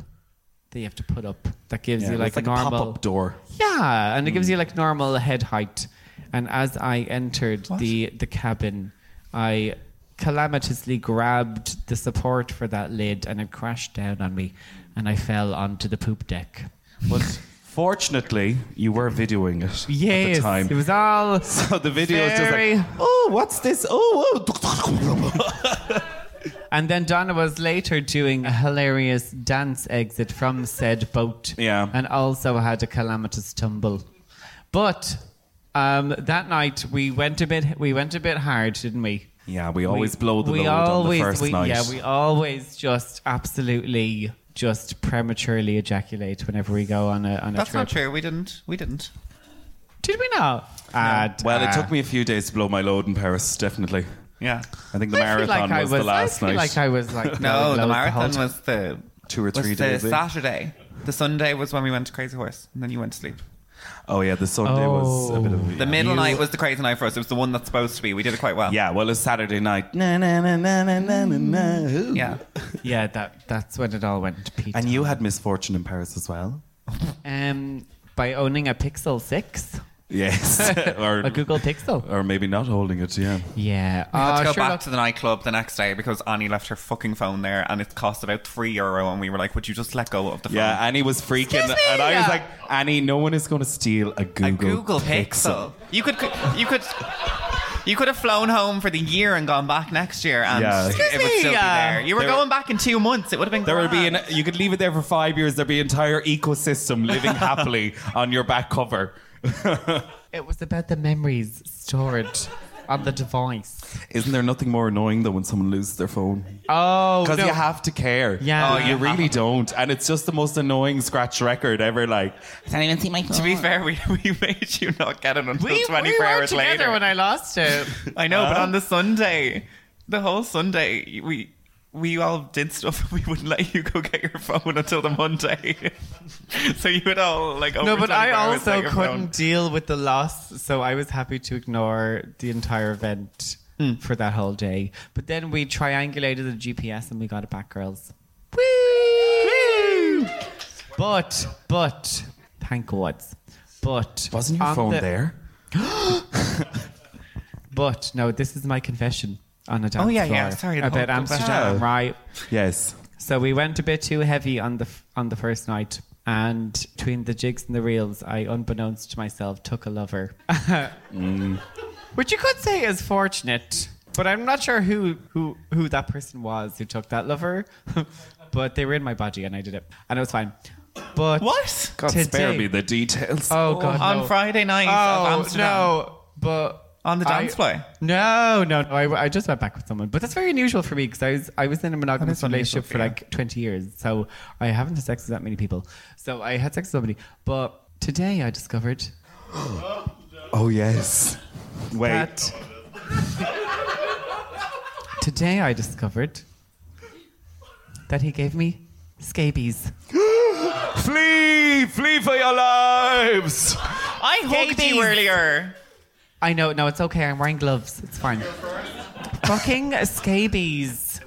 [SPEAKER 2] that you have to put up that gives
[SPEAKER 3] Yeah,
[SPEAKER 2] you like,
[SPEAKER 3] it's like a
[SPEAKER 2] normal
[SPEAKER 3] pop-up door. Mm.
[SPEAKER 2] Yeah, and it gives you like normal head height. And as I entered
[SPEAKER 1] What?
[SPEAKER 2] the the cabin, I calamitously grabbed the support for that lid and it crashed down on me, and I fell onto the poop deck.
[SPEAKER 3] But Fortunately, you were videoing it at
[SPEAKER 2] Yes,
[SPEAKER 3] the time.
[SPEAKER 2] it was all
[SPEAKER 3] so the video is just
[SPEAKER 2] very-
[SPEAKER 3] like, oh, what's this? Oh, oh.
[SPEAKER 2] And then Donna was later doing a hilarious dance exit from said boat.
[SPEAKER 3] Yeah.
[SPEAKER 2] And also had a calamitous tumble. But um, that night we went a bit we went a bit hard, didn't we?
[SPEAKER 3] yeah, we always
[SPEAKER 2] We-
[SPEAKER 3] blow the
[SPEAKER 2] we
[SPEAKER 3] load
[SPEAKER 2] always-
[SPEAKER 3] on the first
[SPEAKER 2] we-
[SPEAKER 3] night.
[SPEAKER 2] Yeah, we always just absolutely just prematurely ejaculate whenever we go on a on a
[SPEAKER 1] That's
[SPEAKER 2] trip.
[SPEAKER 1] not true. We didn't. We didn't.
[SPEAKER 2] Did we not? Uh,
[SPEAKER 3] well, it
[SPEAKER 2] uh,
[SPEAKER 3] took me a few days to blow my load in Paris, definitely.
[SPEAKER 1] Yeah.
[SPEAKER 3] I think the
[SPEAKER 2] uh, I feel
[SPEAKER 3] marathon
[SPEAKER 2] like I
[SPEAKER 3] was, the last
[SPEAKER 2] I feel
[SPEAKER 3] night.
[SPEAKER 2] like I was like
[SPEAKER 1] No,
[SPEAKER 2] loads
[SPEAKER 1] the
[SPEAKER 2] the
[SPEAKER 1] marathon
[SPEAKER 2] whole
[SPEAKER 1] was the
[SPEAKER 3] Two or
[SPEAKER 1] was
[SPEAKER 3] three
[SPEAKER 1] the
[SPEAKER 3] days in.
[SPEAKER 1] Saturday. The Sunday was when we went to Crazy Horse, and then you went to sleep.
[SPEAKER 3] oh, yeah, the Sunday was a bit
[SPEAKER 2] Oh.
[SPEAKER 3] of a.
[SPEAKER 1] The middle night was the crazy night for us. It was the one that's supposed to be. We did it quite well.
[SPEAKER 3] yeah, well, it's Saturday night. Na, na, na, na, na, na, na, na. Ooh.
[SPEAKER 1] Mm. Yeah.
[SPEAKER 2] Yeah, that that's when it all went to pieces.
[SPEAKER 3] And you had misfortune in Paris as well.
[SPEAKER 2] Um, by owning a Pixel 6,
[SPEAKER 3] Yes. or,
[SPEAKER 2] a Google Pixel.
[SPEAKER 3] or maybe not holding it, yeah.
[SPEAKER 2] Yeah.
[SPEAKER 1] We had
[SPEAKER 2] Oh,
[SPEAKER 1] to go
[SPEAKER 2] Sherlock-
[SPEAKER 1] back to the nightclub the next day because Annie left her fucking phone there and it cost about three euro and we were like, Would you just let go of the phone?
[SPEAKER 3] Yeah, Annie was freaking,
[SPEAKER 2] Excuse me?
[SPEAKER 3] and I was
[SPEAKER 2] Yeah.
[SPEAKER 3] like, Annie, no one is going to steal a Google,
[SPEAKER 1] a Google Pixel. You could you could you could have flown home for the year and gone back next year and
[SPEAKER 3] Yeah.
[SPEAKER 1] it would
[SPEAKER 2] me, uh,
[SPEAKER 1] still
[SPEAKER 2] yeah.
[SPEAKER 1] be there. You were
[SPEAKER 3] There-
[SPEAKER 1] going back in two months. It would have been
[SPEAKER 3] There would be an,
[SPEAKER 1] grand.
[SPEAKER 3] you could leave it there for five years. There'd be an entire ecosystem living happily on your back cover.
[SPEAKER 2] It was about the memories stored on the device.
[SPEAKER 3] Isn't there nothing more annoying than when someone loses their phone?
[SPEAKER 2] Oh,
[SPEAKER 3] Because
[SPEAKER 2] no.
[SPEAKER 3] you have to care.
[SPEAKER 2] Yeah.
[SPEAKER 3] But
[SPEAKER 2] Oh,
[SPEAKER 3] you
[SPEAKER 2] yeah.
[SPEAKER 3] really don't. And it's just the most annoying scratch record ever. Like,
[SPEAKER 1] to be fair, we, we made you not get it until
[SPEAKER 2] we, we
[SPEAKER 1] 24
[SPEAKER 2] were
[SPEAKER 1] hours
[SPEAKER 2] together
[SPEAKER 1] later.
[SPEAKER 2] when I lost it.
[SPEAKER 1] I know, but on the Sunday, the whole Sunday, we we all did stuff. We wouldn't let you go get your phone until the Monday. so you would all like. Over
[SPEAKER 2] no, but I
[SPEAKER 1] 24 hours
[SPEAKER 2] also
[SPEAKER 1] take your
[SPEAKER 2] couldn't
[SPEAKER 1] phone.
[SPEAKER 2] deal with the loss, so I was happy to ignore the entire event
[SPEAKER 1] Hmm.
[SPEAKER 2] for that whole day. But then we triangulated the GPS and we got it back, girls. Woo! But, but, thank God. But
[SPEAKER 3] wasn't your
[SPEAKER 2] on
[SPEAKER 3] phone
[SPEAKER 2] the-
[SPEAKER 3] there?
[SPEAKER 2] But no, this is my confession on a dance
[SPEAKER 1] Oh, yeah,
[SPEAKER 2] floor
[SPEAKER 1] yeah, sorry, the
[SPEAKER 2] about
[SPEAKER 1] whole-
[SPEAKER 2] Amsterdam,
[SPEAKER 3] Yeah.
[SPEAKER 2] right?
[SPEAKER 3] Yes.
[SPEAKER 2] So we went a bit too heavy on the f- on the first night, and between the jigs and the reels, I, unbeknownst to myself, took a lover, which you could say is fortunate. But I'm not sure who who who that person was who took that lover, but they were in my body and I did it, and it was fine. But
[SPEAKER 1] What?
[SPEAKER 3] God,
[SPEAKER 2] Today-
[SPEAKER 3] spare me the details.
[SPEAKER 2] Oh God!
[SPEAKER 1] on
[SPEAKER 2] no.
[SPEAKER 1] Friday night of
[SPEAKER 2] Oh
[SPEAKER 1] Amsterdam.
[SPEAKER 2] no! But
[SPEAKER 1] On the
[SPEAKER 2] I-
[SPEAKER 1] dance floor.
[SPEAKER 2] No, no, no. I, I just went back with someone, but that's very unusual for me because I was I was in a monogamous
[SPEAKER 1] unusual
[SPEAKER 2] relationship
[SPEAKER 1] for
[SPEAKER 2] for
[SPEAKER 1] you.
[SPEAKER 2] like twenty years, so I haven't had sex with that many people. So I had sex with somebody, but today I discovered
[SPEAKER 3] Oh, yes. Wait.
[SPEAKER 2] that. today I discovered that he gave me scabies.
[SPEAKER 3] Flee! Flee for your lives!
[SPEAKER 1] I hugged you
[SPEAKER 2] Scabies.
[SPEAKER 1] earlier.
[SPEAKER 2] I know. No, it's okay. I'm wearing gloves. It's fine. Fucking scabies.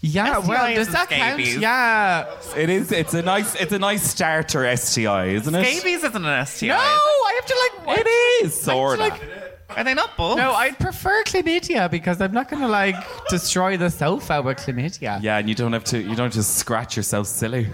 [SPEAKER 2] Yeah,
[SPEAKER 1] STIs
[SPEAKER 2] well, does
[SPEAKER 1] and
[SPEAKER 2] that
[SPEAKER 1] scabies.
[SPEAKER 2] count? Yeah.
[SPEAKER 3] It is. It's a nice. It's a nice starter STI, isn't it?
[SPEAKER 1] Babies isn't an STI.
[SPEAKER 2] No, I have to like. It is
[SPEAKER 3] sorta.
[SPEAKER 1] Are they not both?
[SPEAKER 2] no, I'd prefer chlamydia because I'm not gonna like destroy the sofa with chlamydia.
[SPEAKER 3] Yeah, and you don't have to. You don't just scratch yourself silly.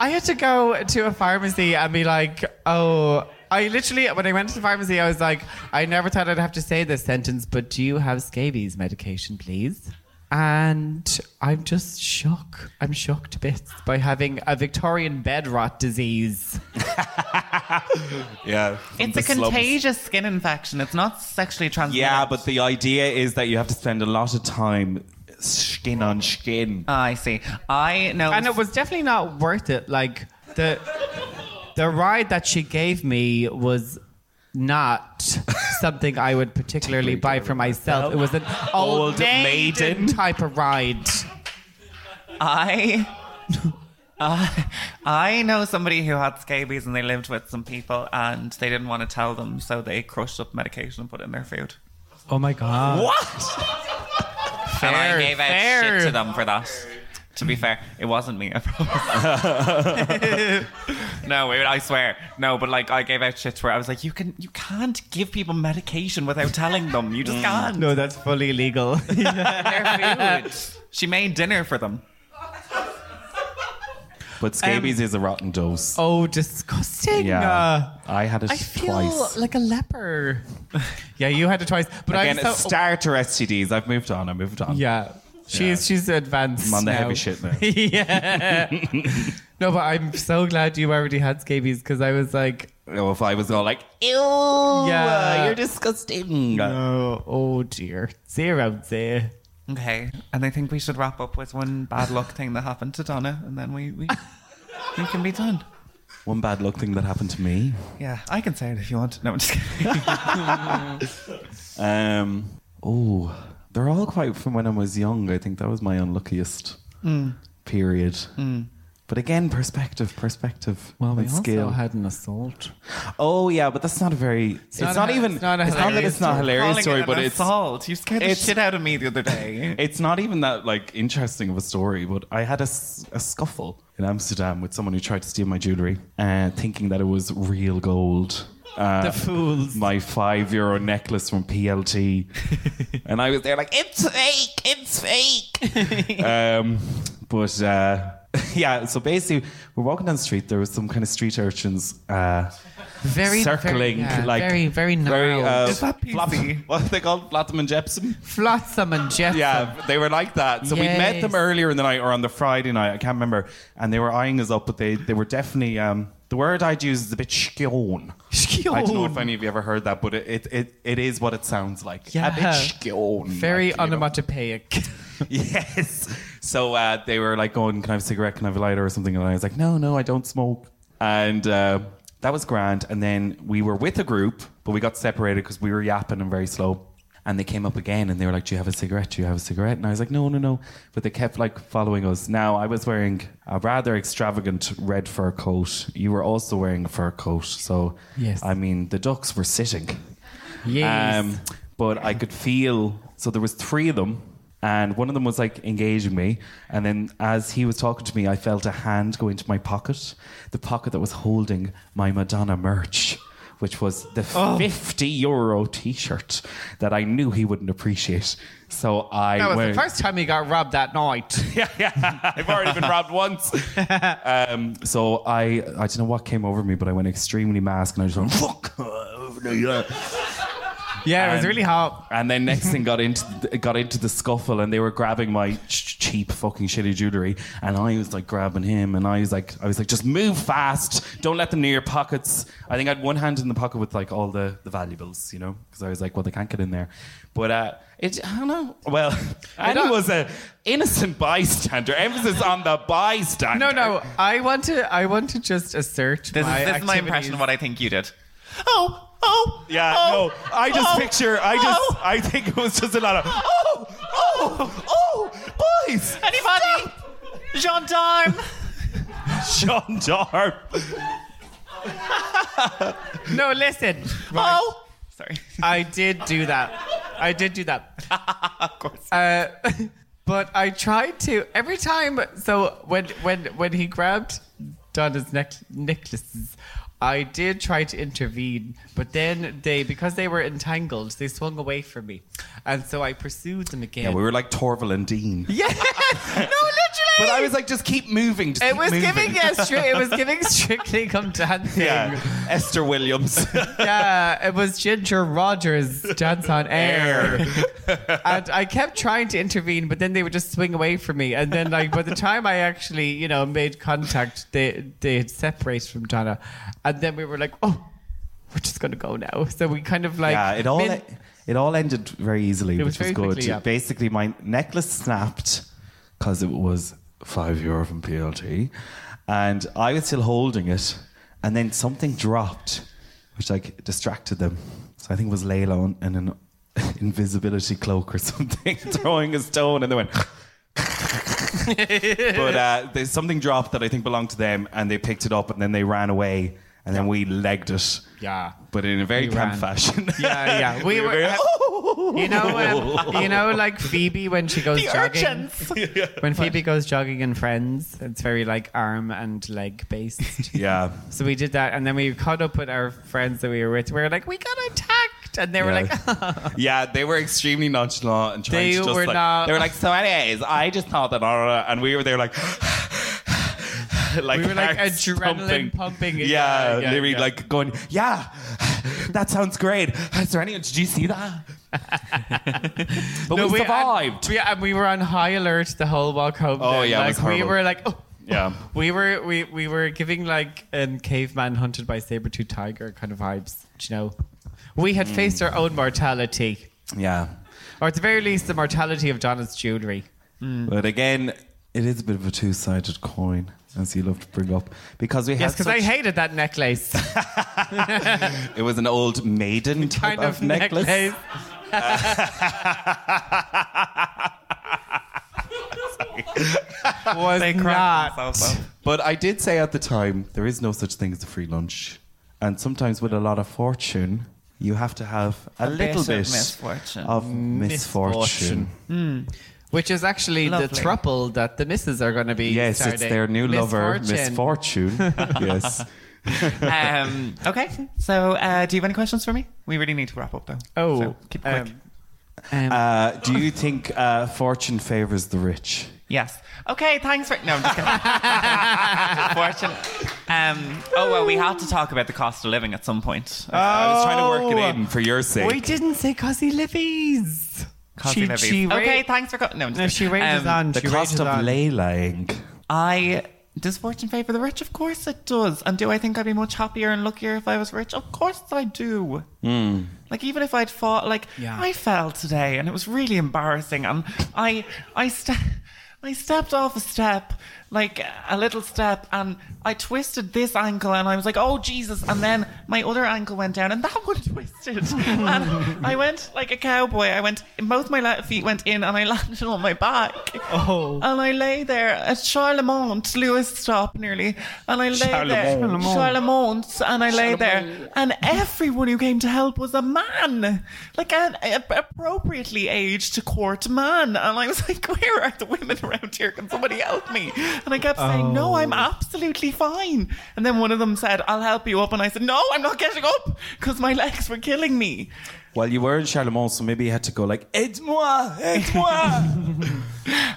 [SPEAKER 2] I had to go to a pharmacy and be like, oh. I literally, when I went to the pharmacy, I was like, I never thought I'd have to say this sentence, but do you have scabies medication, please? And I'm just shook. I'm shocked to bits by having a Victorian bed rot disease.
[SPEAKER 3] Yeah,
[SPEAKER 1] it's a contagious skin infection. It's not sexually transmitted.
[SPEAKER 3] Yeah, but the idea is that you have to spend a lot of time skin on skin.
[SPEAKER 1] Ah, I see. I know.
[SPEAKER 2] And it was definitely not worth it. Like, the, the ride that she gave me was not something I would particularly buy for myself. It was an old,
[SPEAKER 3] Old
[SPEAKER 2] maiden,
[SPEAKER 3] maiden.
[SPEAKER 2] type of ride.
[SPEAKER 1] I, I, I know somebody who had scabies and they lived with some people and they didn't want to tell them, so they crushed up medication and put it in their food.
[SPEAKER 2] Oh my god.
[SPEAKER 3] What?
[SPEAKER 1] and I
[SPEAKER 2] Fair,
[SPEAKER 1] gave out
[SPEAKER 2] fair.
[SPEAKER 1] shit to them for that. To be fair, it wasn't me. I promise. no, it, I swear. No, but like I gave out shit to her. I was like, you can, you can't give people medication without telling them. You just can't.
[SPEAKER 2] Mm. No, that's fully legal.
[SPEAKER 1] Their food. She made dinner for them.
[SPEAKER 3] But scabies is a rotten dose.
[SPEAKER 2] Um, Oh, disgusting.
[SPEAKER 3] yeah.
[SPEAKER 2] Uh,
[SPEAKER 3] I had it
[SPEAKER 2] I feel
[SPEAKER 3] twice.
[SPEAKER 2] like a leper. yeah, you had it twice. But
[SPEAKER 3] Again,
[SPEAKER 2] I'm so,
[SPEAKER 3] starter STDs. I've moved on. I moved on.
[SPEAKER 2] Yeah. She's she's advanced.
[SPEAKER 3] I'm on the
[SPEAKER 2] now.
[SPEAKER 3] heavy shit now.
[SPEAKER 2] yeah. no, but I'm so glad you already had scabies because I was like,
[SPEAKER 3] Oh, if I was all like, ew,
[SPEAKER 2] Yeah.
[SPEAKER 3] you're disgusting.
[SPEAKER 2] oh, oh dear. Zero there.
[SPEAKER 1] Okay, and I think we should wrap up with one bad luck thing that happened to Donna, and then we we, we can be done.
[SPEAKER 3] One bad luck thing that happened to me.
[SPEAKER 1] Yeah, I can say it if you want. No, I'm just kidding.
[SPEAKER 3] Um, oh, they're all quite from when I was young. I think that was my unluckiest
[SPEAKER 2] Mm.
[SPEAKER 3] period. But again, perspective, perspective,
[SPEAKER 2] Well, we
[SPEAKER 3] and skill.
[SPEAKER 2] also had an assault.
[SPEAKER 3] oh yeah, but that's not a very. It's,
[SPEAKER 2] not
[SPEAKER 3] not,
[SPEAKER 2] a-
[SPEAKER 3] even.
[SPEAKER 2] it's
[SPEAKER 3] It's
[SPEAKER 2] not
[SPEAKER 3] not,
[SPEAKER 2] a
[SPEAKER 3] that
[SPEAKER 2] hilarious
[SPEAKER 3] it's not a hilarious story,
[SPEAKER 1] Calling it
[SPEAKER 3] but
[SPEAKER 1] an
[SPEAKER 3] it's
[SPEAKER 1] assault. You scared the
[SPEAKER 3] it's-
[SPEAKER 1] shit out of me the other day.
[SPEAKER 3] it's not even that like interesting of a story. But I had a, s- a scuffle in Amsterdam with someone who tried to steal my jewelry, uh, thinking that it was real gold. Uh,
[SPEAKER 2] The fools.
[SPEAKER 3] my five euro necklace from PLT. and I was there like, it's fake, it's fake. um, but uh, yeah, so basically, we're walking down the street. There was some kind of street urchins uh,
[SPEAKER 2] Very very,
[SPEAKER 3] circling,
[SPEAKER 2] yeah,
[SPEAKER 3] like
[SPEAKER 2] very, very narrow.
[SPEAKER 3] uh,
[SPEAKER 1] Is that
[SPEAKER 3] flop-
[SPEAKER 1] PC?
[SPEAKER 3] what are they called? Platinum and Gypsum?
[SPEAKER 2] Flotsam and jetsam.
[SPEAKER 3] Yeah, they were like that. So we met
[SPEAKER 2] Yes.
[SPEAKER 3] them earlier in the night or on the Friday night, I can't remember. And they were eyeing us up, but they, they were definitely, um, the word I'd use is a bit skion. I don't know if any of you ever heard that, but it, it, it, it is what it sounds like.
[SPEAKER 2] Yeah.
[SPEAKER 3] A bit skion.
[SPEAKER 2] Very
[SPEAKER 3] like, you know.
[SPEAKER 2] onomatopoeic.
[SPEAKER 3] Yes. So uh, they were like going, can I have a cigarette? Can I have a lighter or something? And I was like, no, no, I don't smoke. And uh, that was grand. And then we were with a group, but we got separated because we were yapping and very slow. And they came up again and they were like, do you have a cigarette? Do you have a cigarette? And I was like, no, no, no. But they kept like following us. Now I was wearing a rather extravagant red fur coat. You were also wearing a fur coat. So,
[SPEAKER 2] Yes.
[SPEAKER 3] I mean, the ducks were sitting.
[SPEAKER 2] Yes.
[SPEAKER 3] Um, but I could feel. So there was three of them, and one of them was like engaging me. And then as he was talking to me, I felt a hand go into my pocket, the pocket that was holding my Madonna merch. Which was the
[SPEAKER 2] Oh.
[SPEAKER 3] 50 euro t shirt that I knew he wouldn't appreciate. So I
[SPEAKER 2] that was
[SPEAKER 3] went.
[SPEAKER 2] the first time he got robbed that night.
[SPEAKER 3] yeah, yeah. I've already been robbed once. Um, so I, I don't know what came over me, but I went extremely masked and I just went, fuck.
[SPEAKER 2] Yeah, it was
[SPEAKER 3] And-
[SPEAKER 2] really hot.
[SPEAKER 3] And then next thing got into the, got into the scuffle, and they were grabbing my ch- cheap fucking shitty jewelry, and I was like grabbing him, and I was like, I was like, just move fast, don't let them near your pockets. I think I had one hand in the pocket with like all the, the valuables, you know, because I was like, well, they can't get in there. But uh, it, I don't know. Well, Annie
[SPEAKER 2] don't-
[SPEAKER 3] was a innocent bystander. Emphasis on the bystander.
[SPEAKER 2] No, no, I want to. I want to just assert
[SPEAKER 1] This,
[SPEAKER 2] my
[SPEAKER 1] is, this is my impression
[SPEAKER 2] activities.
[SPEAKER 1] of what I think you did. Oh, oh.
[SPEAKER 3] Yeah,
[SPEAKER 1] oh,
[SPEAKER 3] no. I just
[SPEAKER 1] oh,
[SPEAKER 3] picture. I just.
[SPEAKER 1] oh.
[SPEAKER 3] I think it was just a lot of. Oh, oh, oh, boys.
[SPEAKER 1] Anybody? Gendarme.
[SPEAKER 3] Sean Darp.
[SPEAKER 2] No, listen. Right.
[SPEAKER 1] Oh. Sorry.
[SPEAKER 2] I did do that. I did do that.
[SPEAKER 1] Of course.
[SPEAKER 2] Uh, but I tried to every time. So when when when he grabbed Donna's neck, necklaces, I did try to intervene. But then they, because they were entangled, they swung away from me, and so I pursued them again.
[SPEAKER 3] Yeah, we were like Torval and Dean.
[SPEAKER 2] Yes! no, literally.
[SPEAKER 3] But I was like, just keep moving. Just
[SPEAKER 2] It
[SPEAKER 3] keep
[SPEAKER 2] was
[SPEAKER 3] moving.
[SPEAKER 2] giving yeah, stri- it was giving strictly come dancing.
[SPEAKER 3] Yeah,
[SPEAKER 2] Yeah.
[SPEAKER 3] Esther Williams.
[SPEAKER 2] it was Ginger Rogers dance on air. and I kept trying to intervene, but then they would just swing away from me. And then like by the time I actually, you know, made contact, they they had separated from Donna. And then we were like, Oh, we're just gonna go now. So we kind of like
[SPEAKER 3] yeah, it all e-,
[SPEAKER 2] min-
[SPEAKER 3] it all ended very
[SPEAKER 2] It
[SPEAKER 3] easily,
[SPEAKER 2] was
[SPEAKER 3] which
[SPEAKER 2] very
[SPEAKER 3] was good.
[SPEAKER 2] quickly, yeah.
[SPEAKER 3] Basically, my necklace snapped because it was five euro from PLT, and I was still holding it, and then something dropped, which like distracted them. So I think it was Layla in an invisibility cloak or something, throwing a stone, and they went. but uh, there's something dropped that I think belonged to them, and they picked it up, and then they ran away, and then we legged it.
[SPEAKER 2] Yeah.
[SPEAKER 3] But in a very
[SPEAKER 2] We
[SPEAKER 3] camp
[SPEAKER 2] ran.
[SPEAKER 3] fashion.
[SPEAKER 2] Yeah, yeah. We were-
[SPEAKER 3] very-
[SPEAKER 2] You know, um, you know, like Phoebe when she goes
[SPEAKER 1] The
[SPEAKER 2] jogging.
[SPEAKER 1] urchins.
[SPEAKER 2] When Phoebe goes jogging in Friends, it's very like arm and leg based.
[SPEAKER 3] yeah.
[SPEAKER 2] so we did that, and then we caught up with our friends that we were with. We were like, we got attacked, and they were like,
[SPEAKER 3] yeah. yeah, they were extremely nonchalant and trying
[SPEAKER 2] They
[SPEAKER 3] to just
[SPEAKER 2] were
[SPEAKER 3] like
[SPEAKER 2] not-
[SPEAKER 3] uh," they were like, so anyways, I just thought that, blah, blah, blah," and we were there like,
[SPEAKER 5] like
[SPEAKER 4] we were like
[SPEAKER 5] hearts
[SPEAKER 4] adrenaline pumping.
[SPEAKER 3] Yeah,
[SPEAKER 4] yeah, yeah,
[SPEAKER 3] literally
[SPEAKER 4] yeah.
[SPEAKER 3] like going, yeah, that sounds great. Is there anyone? Did you see that? but we, survived.
[SPEAKER 4] And, we, and we were on high alert the whole walk home.
[SPEAKER 3] Oh,
[SPEAKER 4] then.
[SPEAKER 3] yeah, it
[SPEAKER 4] like
[SPEAKER 3] was
[SPEAKER 4] we
[SPEAKER 3] horrible.
[SPEAKER 4] were like, oh.
[SPEAKER 3] Yeah.
[SPEAKER 4] We were we, we were giving like an caveman hunted by saber tooth tiger kind of vibes, do you know. We had
[SPEAKER 3] Hmm.
[SPEAKER 4] faced our own mortality,
[SPEAKER 3] yeah.
[SPEAKER 4] or at the very least, the mortality of Donna's jewelry.
[SPEAKER 3] But again, it is a bit of a two-sided coin, as you love to bring up, because we had
[SPEAKER 4] Yes, because I
[SPEAKER 3] such-
[SPEAKER 4] hated that necklace.
[SPEAKER 3] it was an old maiden type
[SPEAKER 4] kind
[SPEAKER 3] of,
[SPEAKER 4] of
[SPEAKER 3] necklace.
[SPEAKER 4] necklace. was not.
[SPEAKER 3] But I did say at the time, there is no such thing as a free lunch. And sometimes with a lot of fortune, you have to have a, little
[SPEAKER 1] bit
[SPEAKER 3] bit
[SPEAKER 1] of misfortune.
[SPEAKER 3] of misfortune.
[SPEAKER 4] Which is actually the
[SPEAKER 1] Lovely.
[SPEAKER 4] trouble that the misses are going to be.
[SPEAKER 3] Yes, it's
[SPEAKER 4] starting.
[SPEAKER 3] their new lover,
[SPEAKER 4] Misfortune.
[SPEAKER 3] misfortune. yes.
[SPEAKER 1] um, okay, so uh, do you have any questions for me? We really need to wrap up though.
[SPEAKER 4] Oh,
[SPEAKER 1] So, keep it quick.
[SPEAKER 4] um, um,
[SPEAKER 3] Uh, do you think uh, fortune favors the rich?
[SPEAKER 1] Yes. Okay, thanks for. No, I'm just kidding. Fortune. Um, oh, well, we have to talk about the cost of living at some point.
[SPEAKER 4] Uh,
[SPEAKER 3] I was trying to work it in Oh, for your sake.
[SPEAKER 4] Oh. we didn't say Cosy Livies.
[SPEAKER 1] Cost
[SPEAKER 4] She-
[SPEAKER 1] of living.
[SPEAKER 4] she ra-
[SPEAKER 1] okay, thanks for. Co- no, I'm just
[SPEAKER 4] No, she
[SPEAKER 1] kidding.
[SPEAKER 4] rages
[SPEAKER 1] Um,
[SPEAKER 4] on.
[SPEAKER 3] the
[SPEAKER 4] she
[SPEAKER 3] cost
[SPEAKER 4] rages
[SPEAKER 3] of
[SPEAKER 4] on.
[SPEAKER 3] ley laying.
[SPEAKER 1] I. Does fortune favor the rich? Of course it does. And do I think I'd be much happier and luckier if I was rich? Of course I do. Like even if I'd fought, like
[SPEAKER 4] Yeah.
[SPEAKER 1] I fell today and it was really embarrassing, and I I ste- I stepped off a step, like a little step, and I twisted this ankle, and I was like, oh Jesus! And then my other ankle went down, and that one twisted, and I went like a cowboy. I went both my le- feet went in, and I landed on my back.
[SPEAKER 4] Oh.
[SPEAKER 1] And I lay there at Charlemont, Lewis stop nearly, and I lay there Charlemont, and I lay there, and everyone who came to help was a man, like an a- appropriately aged to court man. And I was like, "Where are the women around here? Can somebody help me?" And I kept saying, "No, I'm absolutely fine." And then one of them said, "I'll help you up," and I said, "No, I'm not getting up because my legs were killing me."
[SPEAKER 3] Well, you were in Charlemont, so maybe you had to go like, aide-moi, aide-moi.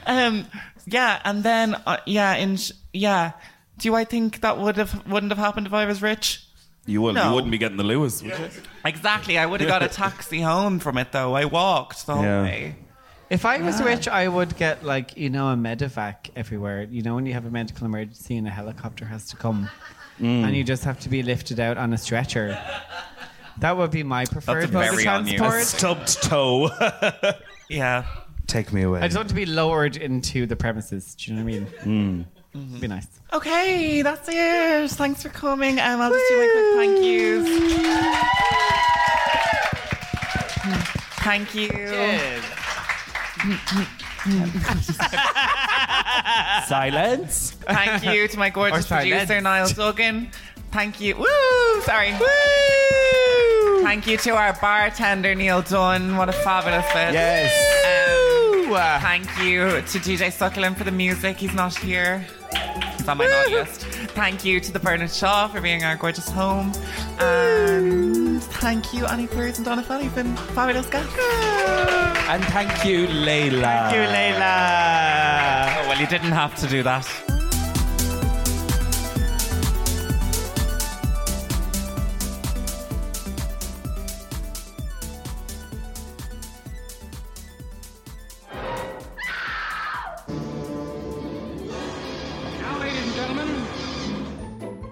[SPEAKER 1] um yeah and then uh, yeah in sh- yeah do I think that would have wouldn't have happened if I was rich?
[SPEAKER 3] you, wouldn't,
[SPEAKER 1] No.
[SPEAKER 3] you wouldn't be getting the Lewis, would you?
[SPEAKER 1] Exactly. I would have got a taxi home from it though. I walked the whole
[SPEAKER 3] Yeah.
[SPEAKER 1] way.
[SPEAKER 4] If I was rich, I would get like you know a medevac everywhere. You know when you have a medical emergency and a helicopter has to come, and you just have to be lifted out on a stretcher. That would be my preferred mode of
[SPEAKER 1] very on you.
[SPEAKER 4] transport.
[SPEAKER 3] Stubbed toe.
[SPEAKER 1] Yeah.
[SPEAKER 3] Take me away.
[SPEAKER 4] I just want to be lowered into the premises. Do you know what I mean? Be nice.
[SPEAKER 1] Okay, that's it. Thanks for coming. Um, I'll just do my quick thank yous. Thank you.
[SPEAKER 3] Silence.
[SPEAKER 1] Thank you to my gorgeous
[SPEAKER 4] Or silence.
[SPEAKER 1] producer, Niall Duggan. Thank you. Woo! Sorry. Woo! Thank you to our bartender, Neil Dunn. What a fabulous fit.
[SPEAKER 3] Yes.
[SPEAKER 1] Um, thank you to DJ Succulent for the music. He's not here. He's on my naughty list. Thank you to the Bernard Shaw for being our gorgeous home. And thank you, Annie Pierce and Donna Fell. You've been fabulous guys.
[SPEAKER 3] And thank you, Layla. Thank you, Layla.
[SPEAKER 1] Oh, well, you didn't have to do that.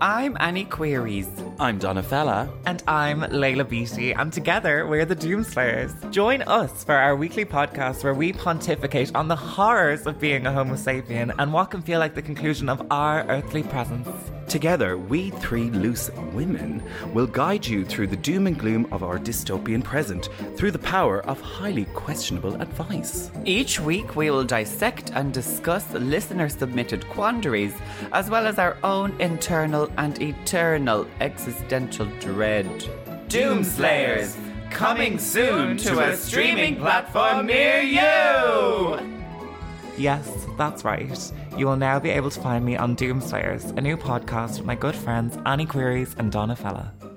[SPEAKER 1] I'm Annie Queries.
[SPEAKER 5] I'm Donna Fella.
[SPEAKER 1] And I'm Layla Beatty, and together we're the Doomslayers. Join us for our weekly podcast where we pontificate on the horrors of being a Homo sapien and what can feel like the conclusion of our earthly presence.
[SPEAKER 5] Together, we three loose women will guide you through the doom and gloom of our dystopian present through the power of highly questionable advice.
[SPEAKER 2] Each week, we will dissect and discuss listener submitted quandaries, as well as our own internal and eternal existential dread.
[SPEAKER 1] Doomslayers, coming soon to a streaming platform near you! Yes, that's right. You will now be able to find me on Doomslayers, a new podcast with my good friends Annie Queries and Donna Fella.